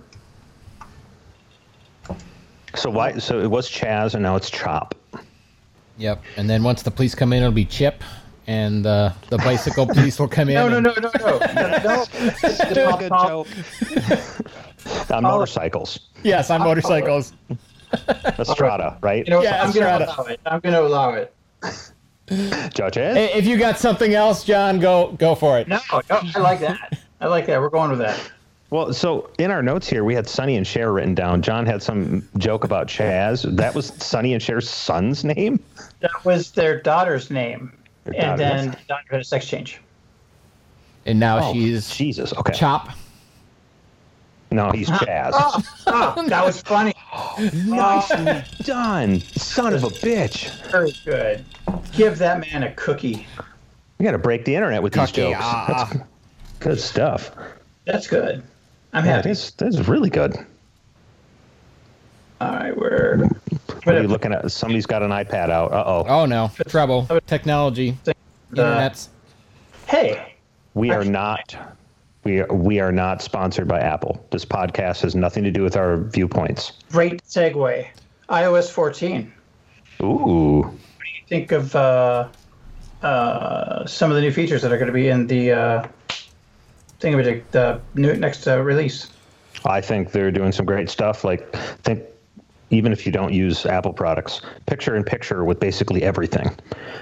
S2: so why so it was chaz and now it's chop
S3: Yep. And then once the police come in, it'll be Chip, and the the bicycle police will come in.
S1: no, no,
S3: and-
S1: no, no, no, no. It's
S2: Good
S1: all-
S2: joke. on Uh, motorcycles
S3: Yes, on motorcycles.
S2: estrada right
S1: You know,
S3: Yeah,
S1: I'm going
S3: Estrada.
S1: to allow it. I'm going to allow it.
S2: judges
S3: Hey, If you got something else, John, go go for it.
S1: No, no, I like that. I like that. We're going with that.
S2: Well, so in our notes here, we had Sonny and Cher written down. John had some joke about Chaz. That was Sonny and Cher's son's name?
S1: That was their daughter's name,
S2: Their
S1: and
S2: daughter,
S1: then
S2: yes.
S1: the daughter had a sex change.
S3: And now
S2: Oh,
S3: she's
S2: Jesus. Okay.
S3: Chop.
S2: No, he's Chaz.
S1: Oh, oh, that was funny. Oh,
S2: Nicely done. Son of a bitch.
S1: Very good. Give that man a cookie.
S2: We got to break the internet with these
S3: Cookie,
S2: jokes.
S3: ah.
S2: That's good stuff.
S1: That's good. I'm
S2: Yeah, it
S1: happy.
S2: is, that's really good.
S1: All right, we're.
S2: What are you looking at? Somebody's got an iPad out. Uh oh.
S3: Oh no, trouble. Technology, internet's.
S1: Hey,
S2: We are not. We are, we are not sponsored by Apple. This podcast has nothing to do with our viewpoints.
S1: great segue. iOS 14.
S2: Ooh.
S1: Think of uh, uh, some of the new features that are going to be in the uh, thing the, the new, next uh, release.
S2: I think they're doing some great stuff. Like, think even if you don't use Apple products, picture in picture with basically everything.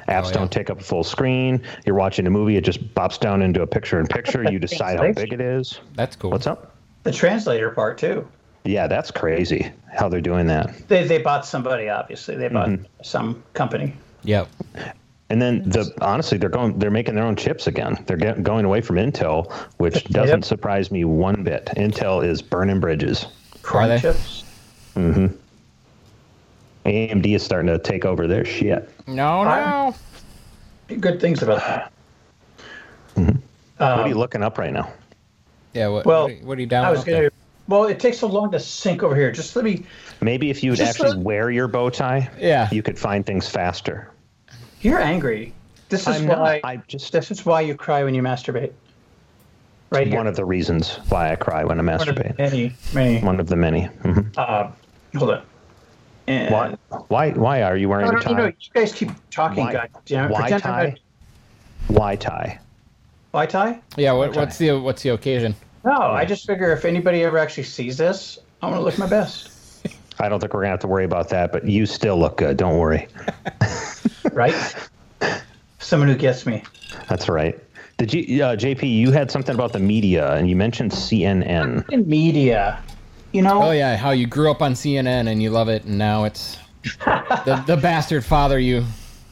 S2: Apps
S3: yeah.
S2: don't take up full screen. You're watching a movie, it just bops down into a picture in picture. You decide how big it is.
S3: That's cool.
S2: What's up?
S1: The translator part too.
S2: Yeah, that's crazy how they're doing that.
S1: They they bought somebody obviously. They bought
S2: Mm-hmm.
S1: some company.
S3: Yep.
S2: And then the honestly, they're going, they're making their own chips again. They're get, going away from Intel, which doesn't
S1: Yep.
S2: surprise me one bit. Intel is burning bridges.
S1: Corn
S3: they?
S1: chips.
S2: AMD is starting to take over their shit.
S3: No, no.
S1: Good things about that. Um,
S2: what are you looking up right now?
S3: Yeah. What,
S1: Well,
S3: what, are, you- what are you
S2: Oh,
S3: down?
S1: I was gonna. Well, it takes so long to sync over here. Just let me.
S2: Maybe if you would
S1: Just
S2: actually
S1: a-
S2: wear your bow tie,
S3: Yeah.
S2: you could find things faster.
S1: You're angry. This is
S2: I'm not.
S1: why.
S2: I just
S1: This is why you cry when you masturbate. Right here.
S2: one of the reasons why I cry when I
S1: One of the
S2: masturbate.
S1: many, many.
S2: One of the many. Mhm.
S1: Hold on. And,
S2: Why? Why? Why are you wearing
S1: No, no,
S2: a tie?
S1: no, no, You guys keep talking,
S2: Why-
S1: guys. Damn it.
S2: why
S1: Pretend I'm
S2: tie?
S1: not-
S2: Why tie?
S1: Why tie?
S3: Yeah. What, what's the what's the occasion?
S1: No, I just figure if anybody ever actually sees this, I'm gonna look my best,
S2: I don't think we're gonna have to worry about that. But you still look good. Don't worry.
S1: right? Someone who gets me.
S2: That's right. Did you, uh, JP? You had something about the media, and you mentioned CNN.
S1: In media, you know.
S3: Oh yeah, how you grew up on CNN and you love it, and now it's the, the bastard father you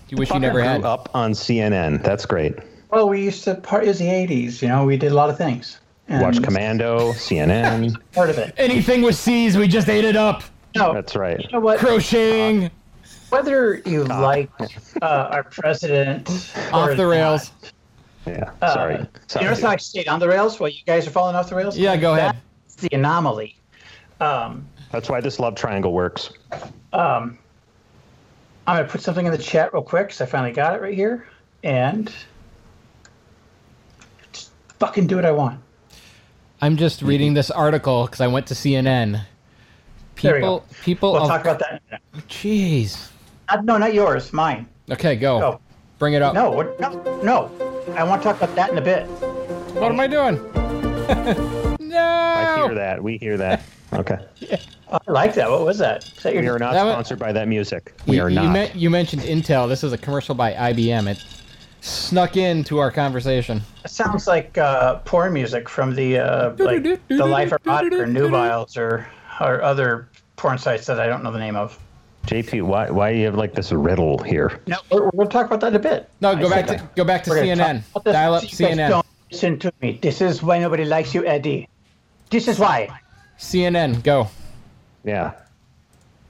S3: you wish you never
S2: Grew
S3: had.
S2: up on CNN. That's great.
S1: Well, we used to part. It was the '80s. You know, we did a lot of things. And
S2: Watch Commando, CNN.
S1: Part of it.
S3: Anything with C's, we just ate it up.
S1: No,
S2: That's right.
S1: you know what?
S3: Crocheting,
S1: Whether you like uh, our president or
S3: off the
S1: not-
S3: rails.
S2: Yeah.
S1: Uh,
S2: Sorry. Sorry.
S1: You notice how I stayed on the rails while you guys are falling off the rails?
S3: Yeah, go ahead.
S1: That's the anomaly.
S2: That's why this love triangle works.
S1: I'm going to put something in the chat real quick because I finally got it right here. And just fucking do what I want.
S3: I'm just reading this article because I went to CNN.
S1: There we
S3: People,
S1: go.
S3: people
S1: We'll
S3: of
S1: talk about that. in a minute.
S3: jeez.
S1: Uh, no, not yours. Mine.
S3: Okay, go.
S1: Go.
S3: Bring it up.
S1: No, what, no, no. I want to talk about that in a bit.
S3: What am I doing? no.
S2: I hear that. We hear that. Okay.
S1: I like that. What was that? Is that your,
S2: We are not
S3: That wa-
S2: sponsored by that music. We
S3: you,
S2: are
S3: you
S2: not.
S3: men- you mentioned Intel. This is a commercial by IBM. It snuck into our conversation.
S1: It sounds like uh, porn music from the uh, like the Life or Bot or Nubiles or or other porn sites that I don't know the name of.
S2: JP, why why do you have like this riddle here?
S1: No, we're, we'll talk about that in a bit.
S3: No, go back
S2: that.
S3: to go back to
S1: We're gonna
S3: CNN.
S1: talk about this.
S3: Dial up
S1: You guys
S3: CNN.
S1: Don't listen to me. This is why nobody likes you, Eddie. This is why.
S3: CNN, go.
S2: Yeah.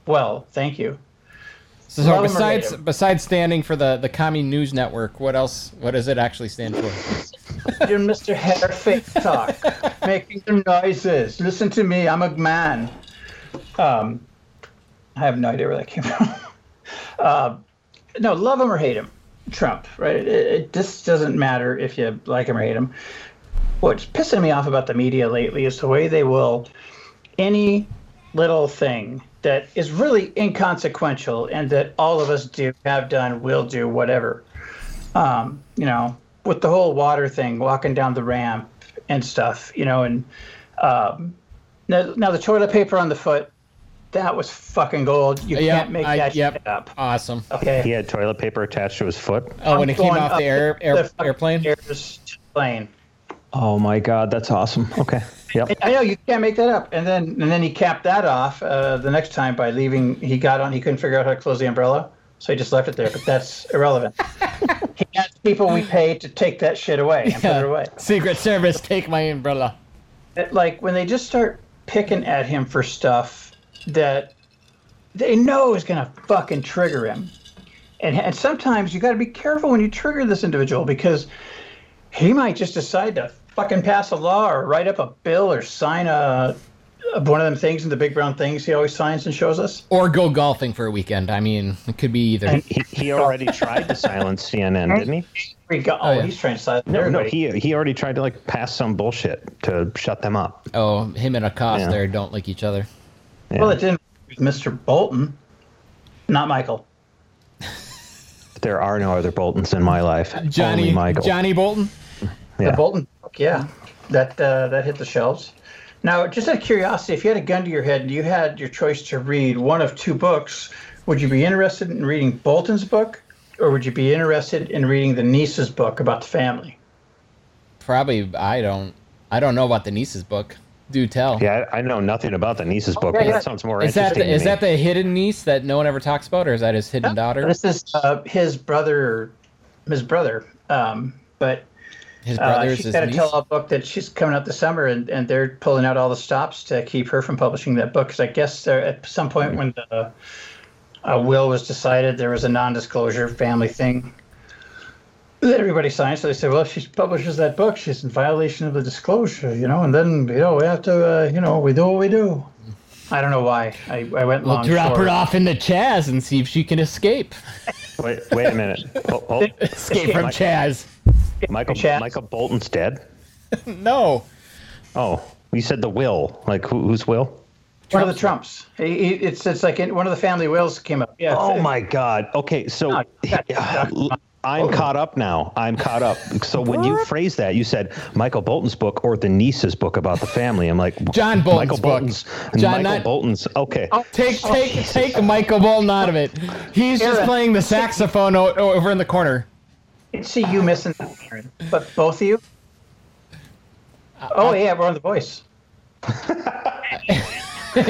S1: Well, thank you.
S3: So,
S1: Love 'em or
S3: besides
S1: hate 'em.
S3: besides standing for the the Commie News Network, what else? What does it actually stand for?
S1: You're Mr. Hair Fake Talk, making the noises. Listen to me. I'm a man. Um, I have no idea where that came from. uh, no, love him or hate him, Trump. Right? It, it just doesn't matter if you like him or hate him. What's pissing me off about the media lately is the way they will any little thing that is really inconsequential and that all of us do, have done, will do, whatever. Um, you know, with the whole water thing, walking down the ramp and stuff, you know, and um, now, now the toilet paper on the foot, that was fucking gold. You
S3: Yep,
S1: can't make
S3: I-
S1: that
S3: yep.
S1: shit up.
S3: Awesome.
S1: Okay.
S2: He had toilet paper attached to his foot.
S3: Oh, when it came
S1: Oh, Going
S3: off
S1: up
S3: the air, air
S1: fucking
S3: airplane.
S1: stairs to the plane.
S2: Oh my god, that's awesome. Okay. Yep.
S1: I know you can't make that up. And then and then he capped that off uh, the next time by leaving. He got on. He couldn't figure out how to close the umbrella, so he just left it there. But that's irrelevant. he asked people we pay to take that shit away and put it away.
S3: Secret Service, take my umbrella.
S1: It- like when they just start picking at him for stuff that they know is gonna fucking trigger him. And, and sometimes you got to be careful when you trigger this individual because he might just decide to fucking pass a law or write up a bill or sign a, a one of them things in the big brown things he always signs and shows us.
S3: Or go golfing for a weekend. I mean, it could be either.
S2: He, he already tried to silence CNN, didn't he?
S1: We go, oh,
S3: yeah.
S1: he's trying to silence
S2: No, no,
S1: everybody.
S2: he he already tried to like pass some bullshit to shut them up.
S3: oh, him and Acosta
S2: Yeah.
S3: there don't like each other.
S2: Yeah.
S1: well, it didn't with Mr. Bolton, not Michael.
S2: there are no other Boltons in my life.
S3: Johnny
S2: Only Michael.
S3: Johnny Bolton.
S2: yeah.
S1: The Bolton book, yeah, that uh, that hit the shelves. Now, just out of curiosity, if you had a gun to your head and you had your choice to read one of two books, would you be interested in reading Bolton's book, or would you be interested in reading the niece's book about the family?
S3: Probably I don't I don't know about the niece's book. Do tell.
S2: Yeah, I, I know nothing about the niece's book,
S1: yeah,
S2: but
S1: yeah.
S2: that sounds more
S3: Is that
S2: interesting.
S3: the,
S2: to
S3: is
S2: me.
S3: that the hidden niece that no one ever talks about, or is that his hidden daughter?
S1: This is uh, his brother, his brother. Um, but
S3: His
S1: uh,
S3: brother's
S1: she's
S3: his
S1: got a
S3: niece.
S1: tell-all book that she's coming out this summer, and, and they're pulling out all the stops to keep her from publishing that book. Because I guess there, at some point when the uh, will was decided, there was a non-disclosure family thing that everybody signed. So they said, well, if she publishes that book, she's in violation of the disclosure, you know. And then you know we have to, uh, you know, we do what we do. I don't know why I, I went
S3: We'll
S1: long.
S3: drop
S1: short.
S3: her off in the Chaz and see if she can escape.
S2: Wait, wait a minute. Ho- ho-
S3: Escape from
S2: Mike-
S3: Chaz.
S2: Michael
S1: Chaz.
S2: Michael Bolton's dead.
S3: No.
S2: Oh, you said the will. Like who, who's will?
S1: One of the Trumps. He- he- It's it's like in, one of the family wills came up. Yeah.
S2: Oh my God. Okay, so
S1: No, that-
S2: I'm caught up now. I'm caught up. So when you phrase that, you said Michael Bolton's book or the niece's book about the family. I'm like
S3: John
S2: Michael
S3: Bolton's book.
S2: Bolton's.
S3: John,
S2: Michael
S3: not-
S2: Bolton's. Okay.
S3: Take take take Michael Bolton out of it. He's just
S1: Oh, Aaron.
S3: playing the saxophone o- over in the corner.
S1: I see you missing that, Aaron. But both of you?
S3: Uh,
S1: Oh, yeah, we're on The Voice.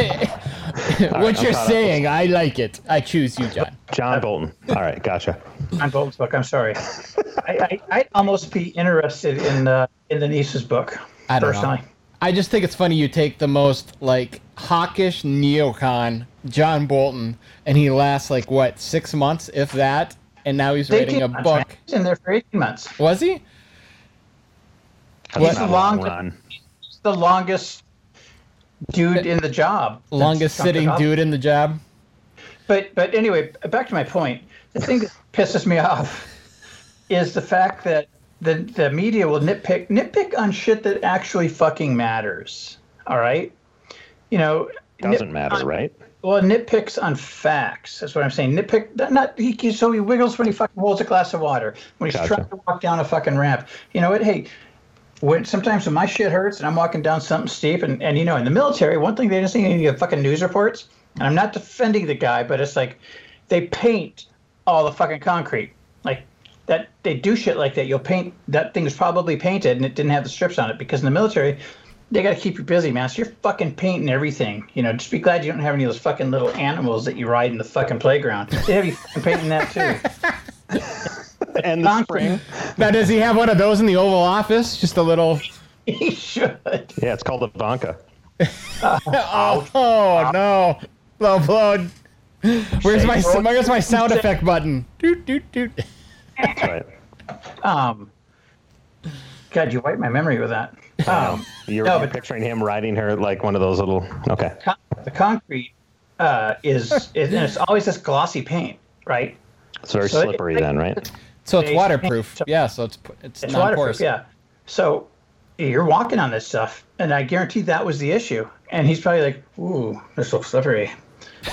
S3: what you're
S2: caught up.
S3: saying, I like it. I choose you, John.
S2: John Bolton. All right, gotcha.
S1: On Bolton's book, I'm sorry. I, I, I'd almost be interested in, uh, in the niece's book,
S3: I don't know.
S1: personally.
S3: I just think it's funny you take the most like hawkish neocon John Bolton, and he lasts like what six months, if that, and now he's
S1: They
S3: writing a
S1: did not
S3: book.
S1: He's in there for 18 months.
S3: Was he?
S2: That's
S3: What-
S2: not a
S1: Long-
S2: run.
S1: He's the longest dude in the job. That's
S3: Longest
S1: something
S3: sitting
S1: up.
S3: dude in the job.
S1: But but anyway, back to my point. The thing that pisses me off is the fact that the the media will nitpick nitpick on shit that actually fucking matters. All right, you know. nit-
S2: Doesn't matter, right?
S1: well, nitpicks on facts. That's what I'm saying. Nitpick, not, not he, he- so he wiggles when he fucking holds a glass of water, when he's
S2: Gotcha.
S1: trying to walk down a fucking ramp. You know what? Hey, when sometimes when my shit hurts and I'm walking down something steep, and, and you know, in the military, one thing they didn't see any of the fucking news reports, and I'm not defending the guy, but it's like they paint all the fucking concrete. Like that, they do shit like that. You'll paint, that thing's probably painted and it didn't have the strips on it because in the military, they got to keep you busy, man. So you're fucking painting everything. You know, just be glad you don't have any of those fucking little animals that you ride in the fucking playground. They have you fucking painting that too.
S2: And the spring.
S3: Now, does he have one of those in the Oval Office? Just a little.
S1: you should.
S2: Yeah, it's called Ivanka.
S3: Oh, oh no! Low blow. Where's my where's my sound effect button? Doot doot doot.
S2: That's right.
S1: Um, God, you wiped my memory with that. Um,
S2: You're,
S1: No,
S2: you're
S1: but-
S2: picturing him riding her like one of those little. Okay.
S1: con- the concrete uh, is, is, and it's always this glossy paint, right?
S2: It's very
S1: So it-
S2: slippery then, right?
S3: So it's
S1: They-
S3: waterproof. Yeah. So it's it's,
S1: It's waterproof,
S3: non-porous.
S1: yeah. So you're walking on this stuff, and I guarantee that was the issue. And he's probably like, "Ooh, this looks slippery."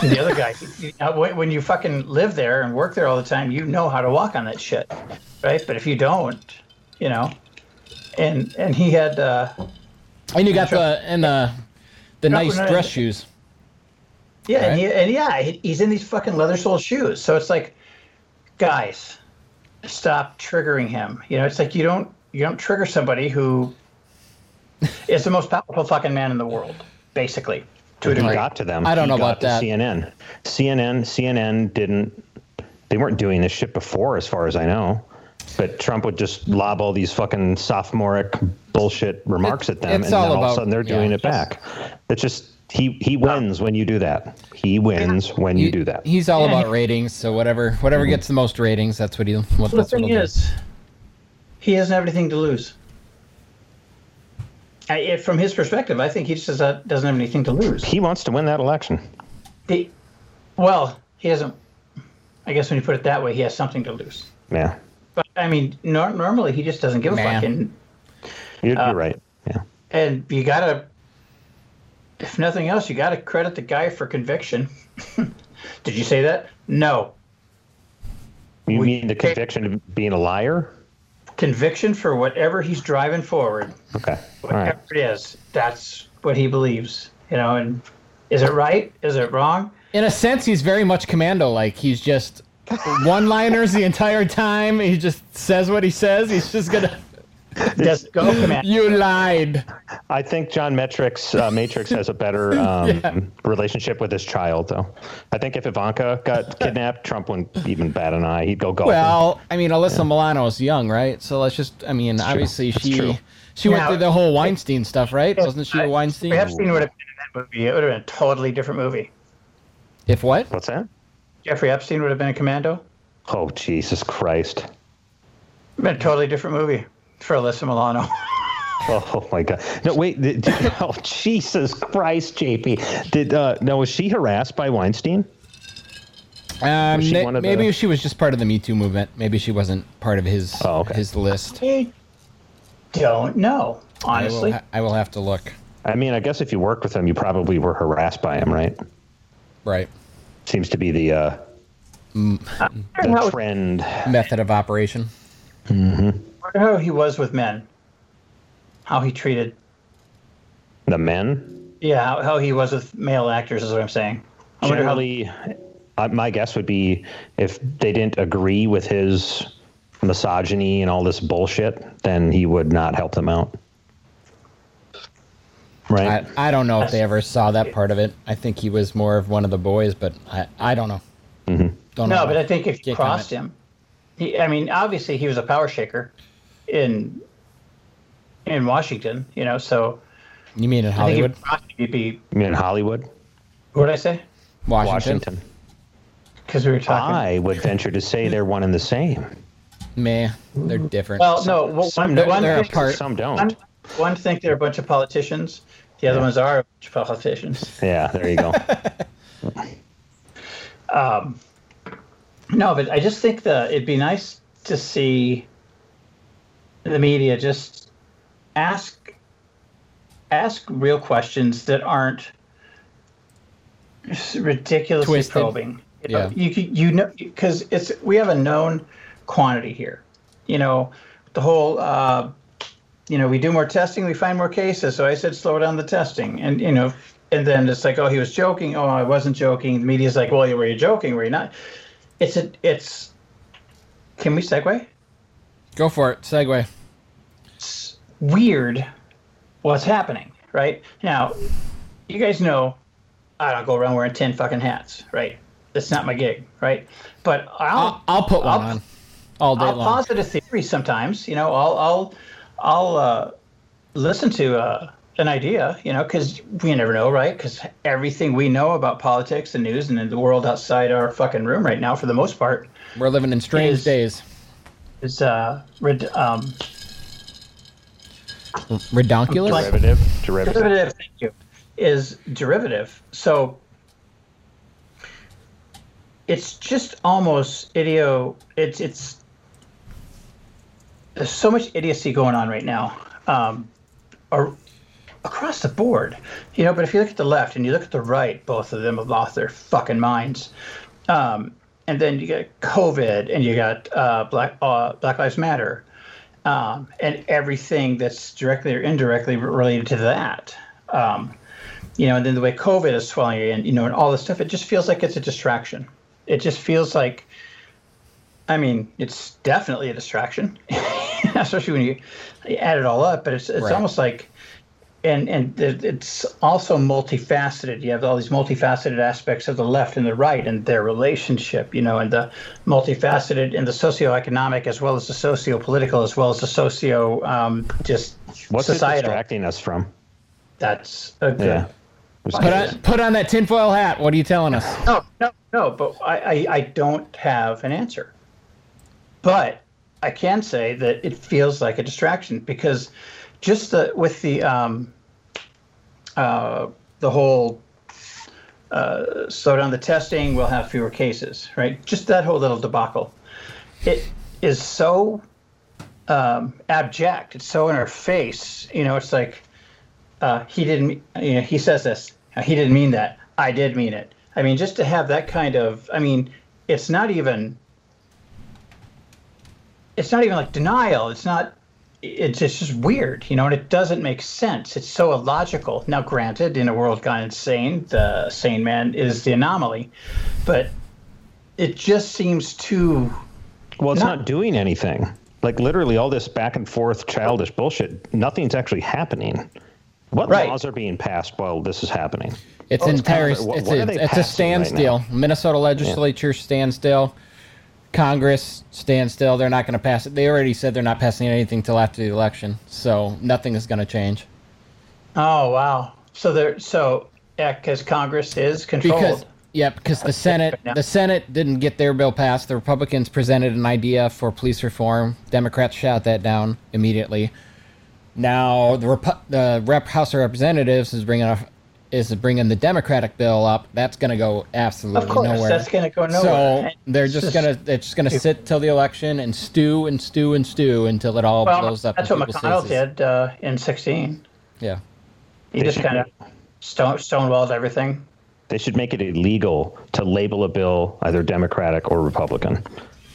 S1: And the other guy, you know, when when you fucking live there and work there all the time, you know how to walk on that shit, right? But if you don't, you know, and and he had uh,
S3: And you got the and the the
S1: No,
S3: nice
S1: no, no.
S3: dress shoes.
S1: Yeah, and, he, and yeah, he- he's in these fucking leather sole shoes. So it's like, guys, stop triggering him. You know, it's like you don't you don't trigger somebody who is the most powerful fucking man in the world, basically. To a
S2: He
S1: degree.
S2: got to them.
S3: I don't
S2: He
S3: know
S2: got
S3: about
S2: to
S3: that.
S2: CNN, CNN, CNN didn't. They weren't doing this shit before, as far as I know. But Trump would just lob all these fucking sophomoric bullshit remarks at them,
S3: it's
S2: and then
S3: all
S2: all of
S3: about-
S2: a sudden they're
S3: yeah.
S2: doing it back. It's just he he wins when you do that. He wins when you do that. Mm-hmm.
S3: He's all
S1: Yeah.
S3: about ratings, so whatever whatever gets the most ratings, that's what he what
S1: the
S3: that's what
S1: thing
S3: he'll do.
S1: is, he doesn't have anything to lose. I, if, from his perspective, I think he just does not- doesn't have anything to lose.
S2: He wants to win that election.
S1: He, well, he doesn't. I guess when you put it that way, he has something to lose.
S2: Yeah,
S1: But I mean, nor- normally he just doesn't give a
S3: Man.
S1: fuck. And,
S2: you're,
S3: Uh,
S2: you're right. Yeah,
S1: and you gotta, if nothing else, you gotta credit the guy for conviction. Did you say that? No,
S2: you
S1: we-
S2: mean the conviction of being a liar?
S1: conviction for whatever he's driving forward,
S2: Okay, all
S1: whatever
S2: right.
S1: it is. That's what he believes, you know, and is it right? Is it wrong?
S3: In a sense, he's very much commando like. He's just one liners the entire time. He just says what he says. He's just gonna
S1: Just go, command.
S3: You lied.
S2: I think John Matrix uh, Matrix has a better um,
S3: Yeah.
S2: relationship with his child, though. I think if Ivanka got kidnapped, Trump wouldn't even bat an eye. He'd go golfing.
S3: Well, I mean Alyssa Milano's young, right? So let's just I mean, obviously
S2: That's
S3: she
S2: true.
S3: she went
S1: Now-
S3: through the whole Weinstein stuff, right? Wasn't she a Weinstein?
S1: If Epstein would have been in that movie, it would have been a totally different movie.
S3: If what?
S2: What's that?
S1: Jeffrey Epstein would have been a commando.
S2: Oh Jesus Christ!
S1: Been a totally different movie for Alyssa Milano.
S2: Oh my God! No, wait. Did, did- oh Jesus Christ, JP. Did uh, no? Was she harassed by Weinstein?
S3: Um,
S2: she
S3: ma-
S2: one of
S3: maybe
S2: the-
S3: she was just part of the Me Too movement. Maybe she wasn't part of his
S2: Oh, okay.
S3: his list.
S1: I don't know, honestly.
S3: I will, ha- I will have to look.
S2: I mean, I guess if you worked with him, you probably were harassed by him, right?
S3: Right.
S2: Seems to be the uh,
S1: I wonder
S2: the
S1: how-
S2: trend.
S3: Method of operation.
S1: I wonder how he was with men, how he treated,
S2: The men.
S1: yeah, how, how he was with male actors is what I'm saying. I wonder how
S2: Generally, uh, my guess would be if they didn't agree with his misogyny and all this bullshit, then he would not help them out. Right.
S3: I, I don't know if they ever saw that part of it. I think he was more of one of the boys, but I, I don't know.
S2: Mm-hmm.
S3: Don't
S1: No,
S3: know.
S1: but I think if you
S3: Can't
S1: crossed him, he, I mean, obviously he was a power shaker in in Washington, you know. So
S3: you mean in
S1: I think if
S3: Hollywood,
S1: you crossed him, you'd be.
S2: I mean, Hollywood,
S1: What did I say?
S3: Washington?
S2: Washington.
S1: Because we were talking.
S2: I would venture to say they're one and the same.
S3: Meh, they're different.
S1: Well, no. Well,
S2: Some
S1: one,
S2: know
S1: one,
S3: they're
S1: thing,
S3: apart.
S1: one,
S2: Some don't.
S1: one think they're a bunch of politicians. The other ones are a bunch of politicians.
S2: Yeah, there you go.
S1: No, but I just think the it'd be nice to see the media just ask ask real questions that aren't s- ridiculously
S3: Twisted.
S1: probing. You know,
S3: Yeah.
S1: you c- you know because it's we have a known quantity here. You know the whole. Uh, you know, we do more testing, we find more cases. So I said, slow down the testing. And, you know, and then it's like, oh, he was joking. Oh, I wasn't joking. The media's like, well, were you joking? Were you not? It's a, it's, can we segue?
S3: Go for it. Segue.
S1: Weird what's happening, right? Now, you guys know I don't go around wearing 10 fucking hats, right? That's not my gig, right? But
S3: I'll,
S2: Oh.
S3: I'll put one
S1: I'll-
S3: on all day
S1: I'll
S3: long.
S1: posit a theory sometimes. You know, I'll I'll I'll uh, listen to uh, an idea. You know, because we never know, right? Because everything we know about politics and news and the world outside our fucking room right now, for the most part,
S3: We're living in strange
S1: is-
S3: days.
S1: is uh, red, um,
S3: Redonkulous?
S1: Like-
S2: derivative, derivative.
S1: derivative. Thank you. Is derivative. So it's just almost idio. It's it's there's so much idiocy going on right now, um, or across the board, you know. But if you look at the left and you look at the right, both of them have lost their fucking minds. Um, and then you get COVID, and you got uh, Black uh, Black Lives Matter, um, and everything that's directly or indirectly related to that. Um, you know, and then the way COVID is swelling and you know, and all this stuff, it just feels like it's a distraction. It just feels like, I mean, it's definitely a distraction, especially when you add it all up. But it's it's
S3: Right.
S1: almost like, and and it- it's also multifaceted. You have all these multifaceted aspects of the left and the right and their relationship, you know, and the multifaceted and the socioeconomic as well as the socio-political as well as the socio um, just
S2: What's it
S1: societal.
S2: distracting us from?
S1: That's a good.
S2: Yeah.
S3: put, on, put on that tinfoil hat. What are you telling us?
S2: Oh,
S1: No, no, no, but I, I, I don't have an answer. But I can say that it feels like a distraction because just the with the um, uh, the whole uh, slow down the testing, we'll have fewer cases, right? Just that whole little debacle. It is so um, abject. It's so in our face. You know, it's like uh, he didn't. You know, he says this. uh, He didn't mean that. I did mean it. I mean, just to have that kind of. I mean, it's not even. It's not even like denial. It's not. it's just, just weird, you know, and it doesn't make sense. It's so illogical. Now, granted, in a world gone insane, the sane man is the anomaly, but it just seems too.
S2: Well, it's
S1: Not-
S2: not, doing anything. Like literally all this back and forth childish bullshit. Nothing's actually happening. What
S1: Right.
S2: laws are being passed while this is happening?
S3: It's
S2: Oh, it's
S3: entire.
S2: kind of- what-
S3: it's
S2: what are they
S3: a, it's
S2: passing
S3: a
S2: right
S3: standstill. Minnesota legislature standstill. Congress standstill. They're not going to pass it. They already said they're not passing anything till after the election, so nothing is going to change.
S1: Oh wow! So there, so yeah, because Congress is controlled.
S3: Because yeah, because the Senate the Senate didn't get their bill passed. The Republicans presented an idea for police reform. Democrats shot that down immediately. Now the Repu- the Rep House of Representatives is bringing a, is bringing the Democratic bill up. That's going to go absolutely
S1: of course,
S3: nowhere.
S1: that's going to go nowhere.
S3: So they're
S1: It's
S3: just gonna they're just gonna sit till the election and stew and stew and stew until it all
S1: Well,
S3: blows up.
S1: that's
S3: in
S1: what
S3: people's
S1: McConnell
S3: faces.
S1: did uh, in '16.
S3: Yeah,
S1: He just kind of stone stonewalled everything.
S2: They should make it illegal to label a bill either Democratic or Republican.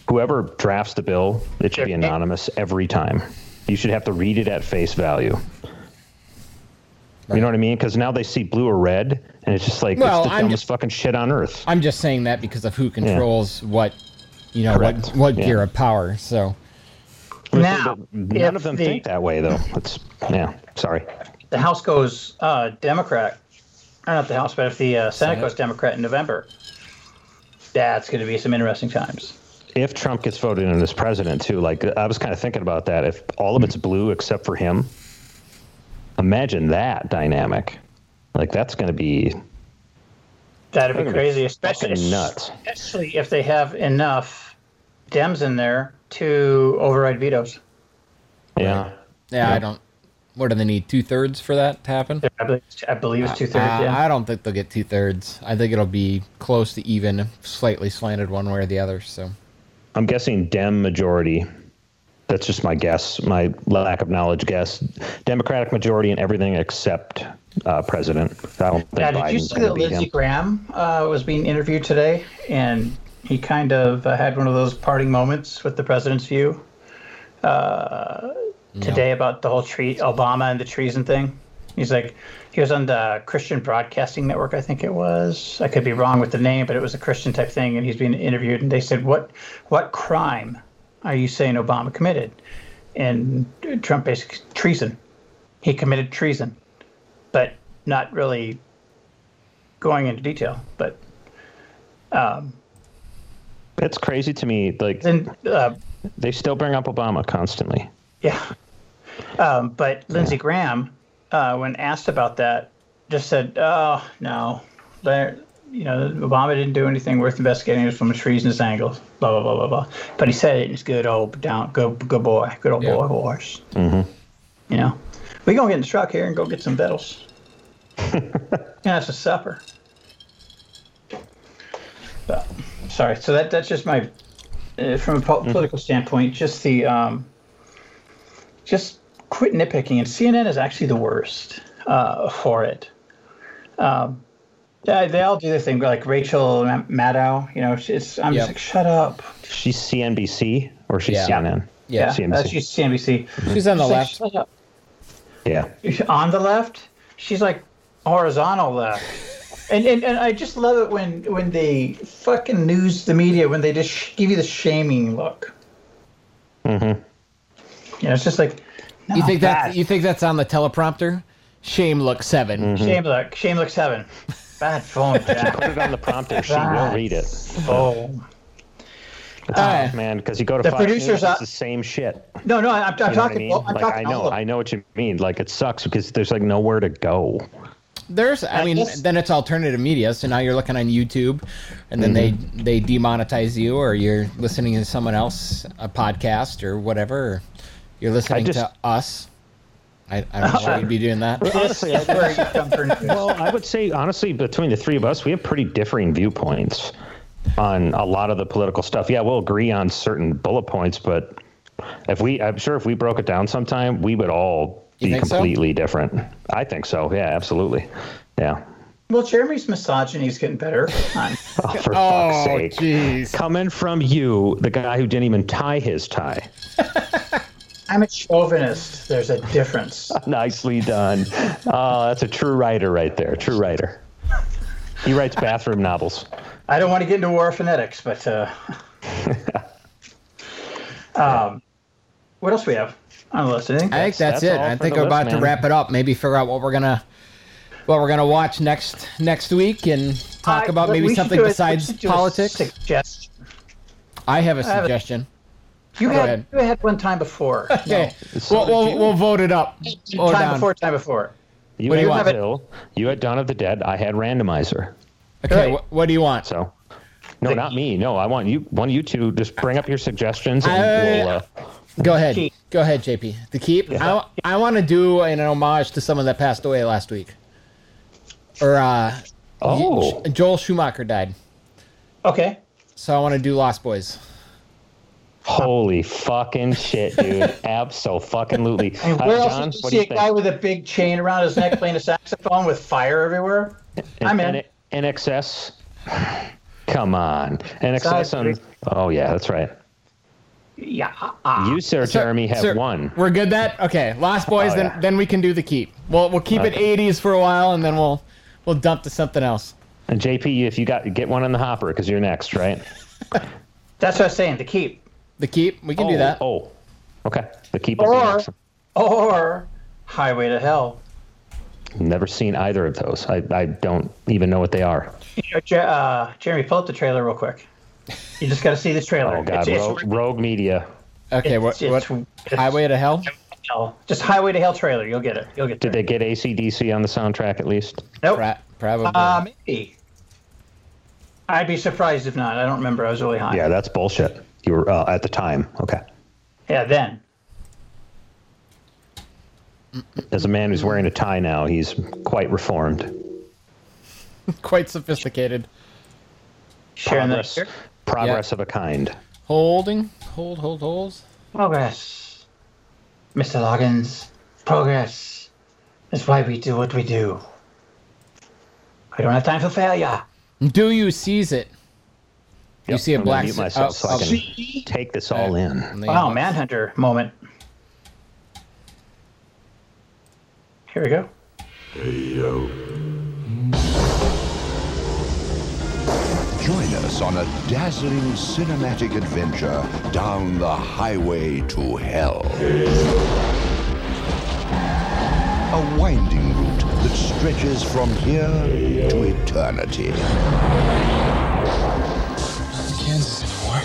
S2: Whoever drafts the bill, it should be
S1: Sure.
S2: anonymous every time. You should have to read it at face value. You know what I mean? Because now they see blue or red, and it's just like
S3: Well,
S2: it's the
S3: I'm
S2: dumbest
S3: just-
S2: fucking shit on earth.
S3: I'm just saying that because of who controls what, you know,
S2: Correct.
S3: what what
S2: Yeah.
S3: gear of power. So
S1: Now,
S2: None
S1: if
S2: of them
S1: the-
S2: think that way, though. It's yeah. Sorry.
S1: the House goes uh, Democrat, or not the House, but if the uh, Senate, goes Democrat in November, that's going to be some interesting times.
S2: If Trump gets voted in as president, too, like I was kind of thinking about that. If all of it's blue except for him, imagine that dynamic. Like that's going to be
S1: That'd be
S2: That'd be
S1: crazy, especially
S2: fucking nuts.
S1: especially if they have enough Dems in there to override vetoes.
S2: yeah.
S3: yeah, I don't. What do they need? Two thirds for that to happen?
S1: I believe, I believe it's two thirds.
S3: Uh,
S1: yeah.
S3: I don't think they'll get two thirds. I think it'll be close to even, slightly slanted one way or the other. So
S2: I'm guessing Dem majority. That's just my guess, my lack of knowledge guess. Democratic majority in everything except uh, president. I don't think
S1: Yeah,
S2: Biden's
S1: did you see
S2: gonna
S1: that
S2: beat him.
S1: Lindsey Graham uh, was being interviewed today, and he kind of uh, had one of those parting moments with the president's view uh, today about the whole tree, Obama and the treason thing. He's like, he was on the Christian Broadcasting Network, I think it was. I could be wrong with the name, but it was a Christian type thing, and he's being interviewed, and they said, "What, what crime are you saying Obama committed?" And Trump basically treason. He committed treason, but not really going into detail, but
S2: It's crazy to me. Like
S1: then uh,
S2: they still bring up Obama constantly.
S1: yeah. Um, but Lindsey Graham, uh, when asked about that, just said, "Oh no, there, you know, Obama didn't do anything worth investigating. It was from a treasonous angle." Blah blah blah blah blah. But he said it in his good old down, good good boy, good old
S3: Yeah.
S1: boy voice. You know, we gonna get in the truck here and go get some victuals. yeah, it's a supper. But, sorry. So that that's just my uh, from a po- political standpoint, just the um, just quit nitpicking. And CNN is actually the worst uh, for it. Um, yeah, they all do their thing. Like Rachel Ma- Maddow, you know, she's I'm
S3: Yep.
S1: just like, shut up.
S2: She's CNBC or she's
S3: Yeah.
S2: CNN.
S3: yeah,
S2: CNBC.
S1: that's just CNBC.
S3: she's on the
S1: She's like,
S3: left.
S1: shut up.
S2: Yeah.
S1: on the left she's like horizontal left and, and and i just love it when when they fucking news the media when they just sh- give you the shaming look mm-hmm. you know it's just like no,
S3: You think
S1: bad.
S3: that you think that's on the teleprompter? Shame look 7
S1: shame look shame look seven bad phone
S2: Put
S1: jack
S2: it on the prompter. She will read it.
S1: oh
S2: It's
S3: Uh,
S2: tough, man, because you go to
S1: the
S2: Fox News,
S1: producers are-
S2: it's the same shit. You
S1: no no I- i'm, I'm
S2: know what I
S1: talking
S2: mean?
S1: well, i'm
S2: like
S1: talking
S2: I
S1: all
S2: know,
S1: of
S2: I know what you mean. Like it sucks because there's like nowhere to go.
S3: There's, I mean,
S1: guess-
S3: then it's alternative media. So now you're looking on YouTube, and then
S1: Mm-hmm.
S3: they they demonetize you, or you're listening to someone else a podcast or whatever. Or you're listening
S2: just-
S3: to us. I, I don't know why you'd be doing that.
S2: Honestly, I,
S1: where you come from
S2: well, I would say honestly, between the three of us, we have pretty differing viewpoints on a lot of the political stuff. Yeah, we'll agree on certain bullet points, but if we, I'm sure if we broke it down sometime, we would all
S3: You
S2: be
S3: think so?
S2: completely different. I think so. Yeah, absolutely. Yeah.
S1: well jeremy's misogyny is getting better Come on.
S2: Oh, for
S3: Oh,
S2: fuck's sake.
S3: jeez.
S2: Coming from you, the guy who didn't even tie his tie.
S1: I'm a chauvinist. There's a difference.
S2: Nicely done. Uh, that's a true writer right there. True writer. He writes bathroom novels.
S1: I don't want to get into war phonetics, but uh, um, what else we have on the list? Anything?
S3: I think that's,
S2: That's- that's
S3: it.
S2: all
S3: I
S2: for
S3: think
S2: the
S3: I'm
S2: list,
S3: about to
S2: man.
S3: wrap it up. Maybe figure out what we're gonna what we're gonna watch next next week and talk
S1: Uh,
S3: about
S1: we
S3: maybe
S1: should
S3: something
S1: do a- we
S3: besides
S1: should do a
S3: politics.
S1: Suggestion.
S3: I have a
S1: have a-
S3: suggestion.
S1: You
S3: Go
S1: had
S3: ahead.
S1: you had one time before.
S3: Okay,
S2: So
S3: we'll, we'll,
S2: did you-
S3: we'll vote it up. Or
S1: time
S3: down.
S1: before, time before.
S2: You
S3: What do
S2: had
S3: you want?
S2: Bill. You had Dawn of the Dead. I had Randomizer.
S3: Okay,
S1: Right.
S3: wh- what do you want?
S2: So, no, not me. No, I want you. One of you two just bring up your suggestions, and
S3: I-
S2: we'll. Uh,
S3: Go ahead.
S1: Keep.
S3: Go ahead, JP. The keep. I, I want to do an homage to someone that passed away last week. Or uh,
S2: oh,
S3: Joel Schumacher died.
S1: Okay.
S3: So I want to do Lost Boys.
S2: holy fucking shit, dude! Absolutely. Uh,
S1: Where else
S2: John,
S1: did you see
S2: what do you
S1: a guy
S2: think?
S1: with a big chain around his neck playing a saxophone with fire everywhere? I'm in.
S2: N- NXS. Come on, NXS on. Oh yeah, that's right.
S1: Yeah.
S2: You, sir,
S3: Sir-
S2: Jeremy, have
S3: sir,
S2: one.
S3: We're good. That okay. Lost Boys.
S2: Oh,
S3: then
S2: yeah.
S3: then we can do the keep. Well, we'll keep it '80s for a while, and then we'll we'll dump to something else.
S2: And JP, if you got get one in the hopper, because you're next, right?
S1: That's what I was saying. To keep
S3: The keep. We can
S2: oh,
S3: do that.
S2: Oh, okay. The keep.
S1: Or-
S2: Or,
S1: or Highway to Hell.
S2: never seen either of those. I, I don't even know what they are.
S1: You know, Je- uh, Jeremy, pull up the trailer real quick. You just got to see the trailer.
S2: Oh God,
S1: It's- it's-
S2: rogue, rogue media.
S3: Okay.
S1: it's-
S3: What?
S1: it's-
S3: what
S1: it's-
S3: highway to hell?
S1: Hell. Just Highway to Hell trailer. You'll get it. You'll get
S2: Did
S1: there.
S2: they get ACDC on the soundtrack at least?
S1: Nope.
S3: Pra- probably.
S2: Um,
S1: Uh, maybe. I'd be surprised if not. I don't remember. I was really high.
S2: Yeah, that's bullshit. You were uh, at the time. Okay.
S1: Yeah, then.
S2: As a man who's wearing a tie now, he's quite reformed.
S3: Quite sophisticated.
S1: Sharing the
S2: Progress, progress of a kind.
S3: Holding. Hold. Hold. Holds.
S1: Progress. Mr. Loggins, progress is why we do what we do. I don't have time for failure.
S3: Do you seize it? You
S2: Yep,
S3: see a
S2: I'm gonna
S3: black
S2: mute
S3: si-
S2: myself
S3: oh,
S2: so I
S3: oh.
S2: can take this all in.
S1: Wow, Oh, Manhunter moment. Here we go.
S4: Join us on a dazzling cinematic adventure down the highway to hell. A winding route that stretches from here to eternity.
S5: Kansas anymore.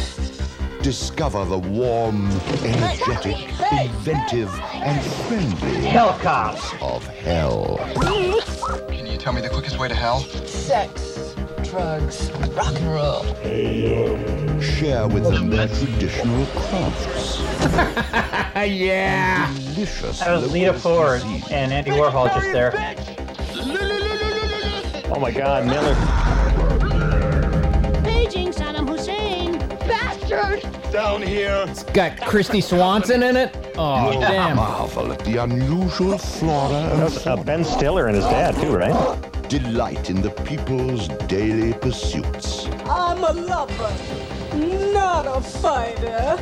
S4: Discover the warm, energetic, inventive, and friendly
S1: Hell cops.
S4: of hell.
S5: Can you tell me the quickest way to hell?
S6: sex, drugs, rock and roll.
S4: Share with them their traditional crafts.
S3: "Ah, yeah.
S4: Delicious.
S1: That was Lita
S4: local
S1: Ford
S4: cuisine.
S1: and Andy Warhol just there.
S2: Oh my God, Miller.
S7: Beijing Saddam Hussein. Bastard!
S3: It's got Christy Swanson in it. Oh damn.
S4: Marvel at the unusual flora
S2: That
S4: and
S2: was, uh,
S4: fauna.
S2: ben Stiller and his dad too, right?
S4: Delight in the people's daily pursuits.
S8: I'm a lover, not a fighter.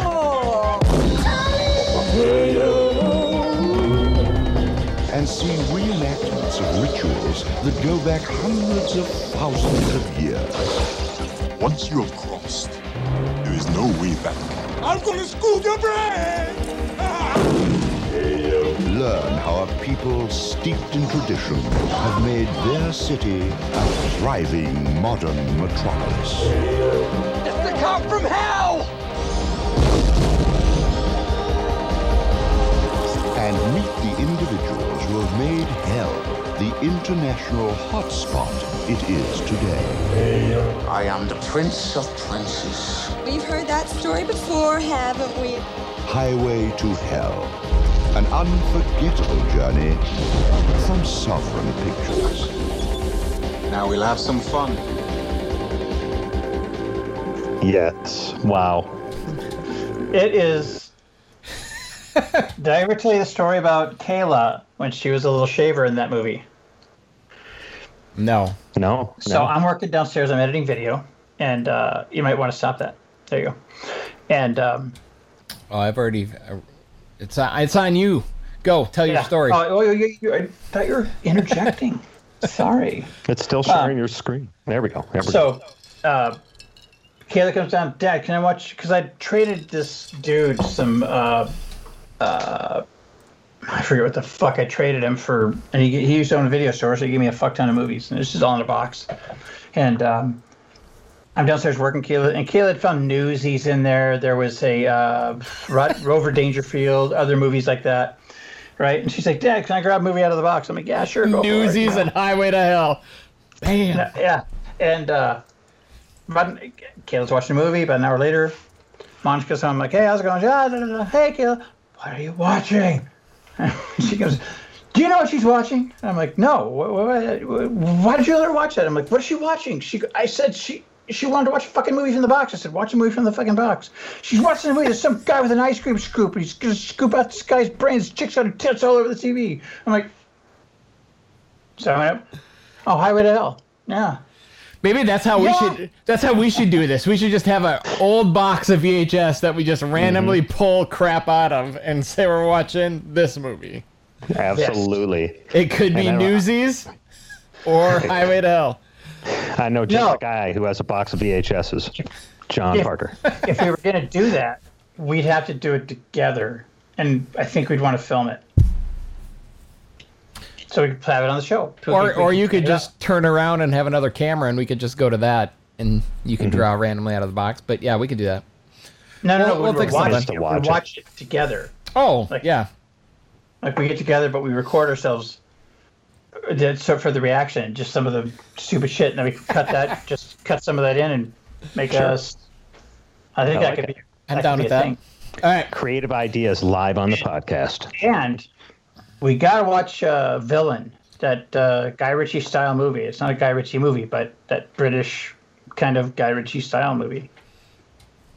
S8: Oh.
S4: And see reenactments of rituals that go back hundreds of thousands of years.
S9: Once you have crossed, there is no way back.
S5: I'm gonna scoop your brain!
S4: Learn how a people steeped in tradition have made their city a thriving modern metropolis.
S5: It's the cop from hell!
S4: And meet the individuals who have made hell the international hotspot it is today.
S9: I am the Prince of Princes.
S8: We've heard that story before, haven't we?
S4: Highway to Hell. An unforgettable journey from Sovereign Pictures.
S9: Now we'll have some fun.
S2: Yes. Wow.
S1: It is. Did I ever tell you the story about Kayla when she was a little shaver in that movie?
S3: No.
S2: No.
S1: So
S2: no.
S1: I'm working downstairs. I'm editing video, and uh, you might want to stop that. There you go. And um,
S3: Oh, I've already. It's uh, it's on you. Go tell your
S1: Yeah.
S3: story.
S1: Oh, oh, you, you, I thought you were interjecting. Sorry.
S2: It's still sharing your screen. There we go. There we go.
S1: uh, So, uh, Kayla comes down. Dad, can I watch? Because I traded this dude some. Uh, uh, I forget what the fuck I traded him for, and he, he used to own a video store, so he gave me a fuck ton of movies, and it's just all in a box. And um, I'm downstairs working Kayla, and Kayla had found Newsies in there. There was a uh, Ro- Rover Dangerfield, other movies like that, right? And she's like, Dad, can I grab a movie out of the box? I'm like, Yeah, sure. Go for it."
S3: Newsies and Highway to Hell. Bam.
S1: Yeah, and uh, but Kayla's watching a movie. About an hour later, Monge comes home. I'm like, hey, how's it going? She's, "Ah, da, da, da. Hey, Kayla, what are you watching? she goes, do you know what she's watching? And I'm like, no. Wh- wh- wh- Why did you let her watch that? I'm like, what is she watching? She, I said she. She wanted to watch fucking movies in the box. I said, watch a movie from the fucking box. She's watching a movie. There's some guy with an ice cream scoop, and he's gonna scoop out this guy's brains. Chicks out her tits all over the TV. I'm like, so I went up. Oh, highway to hell. Yeah.
S3: Maybe that's how we should. That's how we should do this. We should just have an old box of VHS that we just randomly pull crap out of and say we're watching this movie.
S2: Absolutely.
S3: It could be
S2: And I-
S3: Newsies or Highway to Hell.
S2: I know just
S1: No.
S2: a guy who has a box of VHSs. John
S1: Yeah.
S2: Parker.
S1: if we were going to do that, we'd have to do it together. And I think we'd want to film it. So we could have it on the show.
S3: Or or you could
S1: Yeah.
S3: just turn around and have another camera and we could just go to that and you can draw randomly out of the box. But yeah, we could do that.
S1: No, no, no.
S3: we'll-
S1: we
S3: we'll
S1: would
S3: fix
S1: watch,
S2: something.
S1: it.
S2: Watch
S1: We'd
S2: it.
S1: watch it together.
S3: Oh
S1: Like-
S3: yeah,
S1: Like we get together, but we record ourselves. That's So for the reaction, just some of the stupid shit, and then we can cut that, just cut some of that in and make us. I think
S2: I
S1: that
S2: like
S1: could
S2: it.
S1: be. that
S3: I'm
S1: could
S3: down
S1: be
S3: with
S1: a
S3: that.
S1: thing.
S3: All right,
S2: Creative ideas live on the podcast.
S1: And we gotta watch uh, Villain, that uh, Guy Ritchie style movie. It's not a Guy Ritchie movie, but that British kind of Guy Ritchie style movie.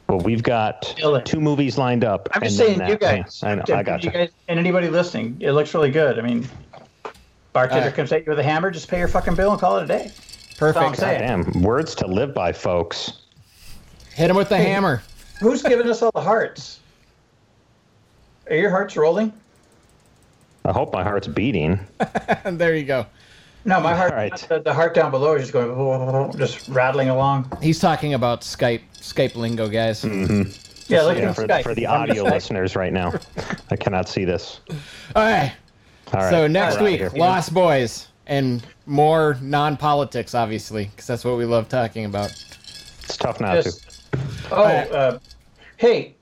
S2: Well, we've got
S1: Kill it.
S2: two movies lined up.
S1: I'm just
S2: and
S1: saying,
S2: then
S1: you
S2: that-
S1: guys,
S2: I know. I got
S1: you
S2: you.
S1: guys, and anybody listening, it looks really good. I mean, bartender
S3: Alright.
S1: comes at you with a hammer, just pay your fucking bill and call it a day.
S3: perfect.
S1: saying.
S2: Damn, words to live by, folks.
S3: Hit him with the hammer.
S1: Who's giving us all the hearts? Are your hearts rolling?
S2: I hope my heart's beating.
S3: And there you go.
S1: No, my heart.
S2: Alright.
S1: The, the heart down below is just going, just rattling along.
S3: He's talking about Skype Skype lingo, guys.
S1: Yeah, look
S2: Yeah,
S1: at
S2: for,
S1: Skype.
S2: for the
S1: I'm
S2: audio
S1: Skype.
S2: listeners right now. I cannot see this.
S3: All right.
S2: All right.
S3: So
S2: we're
S3: next
S2: outta
S3: week,
S2: here.
S3: Lost Boys and more non-politics, obviously, because that's what we love talking about.
S2: It's tough not
S1: Just-
S2: to.
S1: Oh, uh, hey,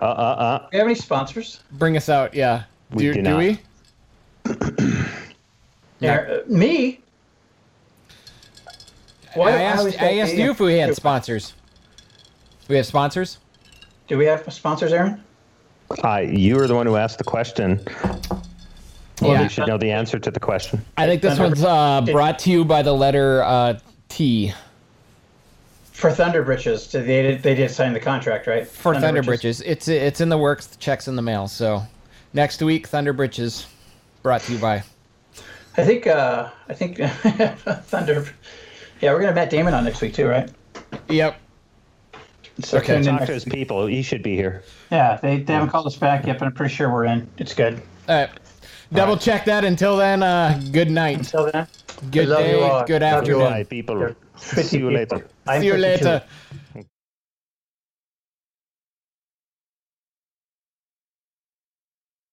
S2: Uh, uh, uh.
S1: do you have any sponsors?
S3: Bring us out, yeah.
S2: We do not.
S3: we? No.
S1: Uh, me? Why do
S3: I
S1: always
S3: asked,
S1: say
S3: I asked
S1: me?
S3: you if we had sponsors. We have sponsors.
S1: Do we have sponsors, Aaron?
S2: I, you were the one who asked the question. Well,
S3: yeah.
S2: you should know the answer to the question.
S3: I think this one's uh, brought to you by the letter uh, T
S1: For Thunder Britches, did they did they did sign the contract, right?
S3: for Thunder, Bridges. It's it's in the works. The check's in the mail. So next week, Thunder Bridges, brought to you by.
S1: I think uh, I think Thunder. Yeah, we're gonna have Matt Damon on next week too, right?
S3: Yep.
S1: So
S3: Okay.
S1: tune in
S2: Talk
S1: next-
S2: to his people. He should be here.
S1: Yeah, they, they haven't called us back yet, but I'm pretty sure we're in. It's good.
S3: All right. Double check that. Until then, uh, good night.
S1: Until then,
S3: Good
S1: love you all.
S3: day. Good
S1: Love you
S2: Good
S3: afternoon.
S2: night, people. See you later.
S1: I'm
S3: See you
S1: 52.
S3: later.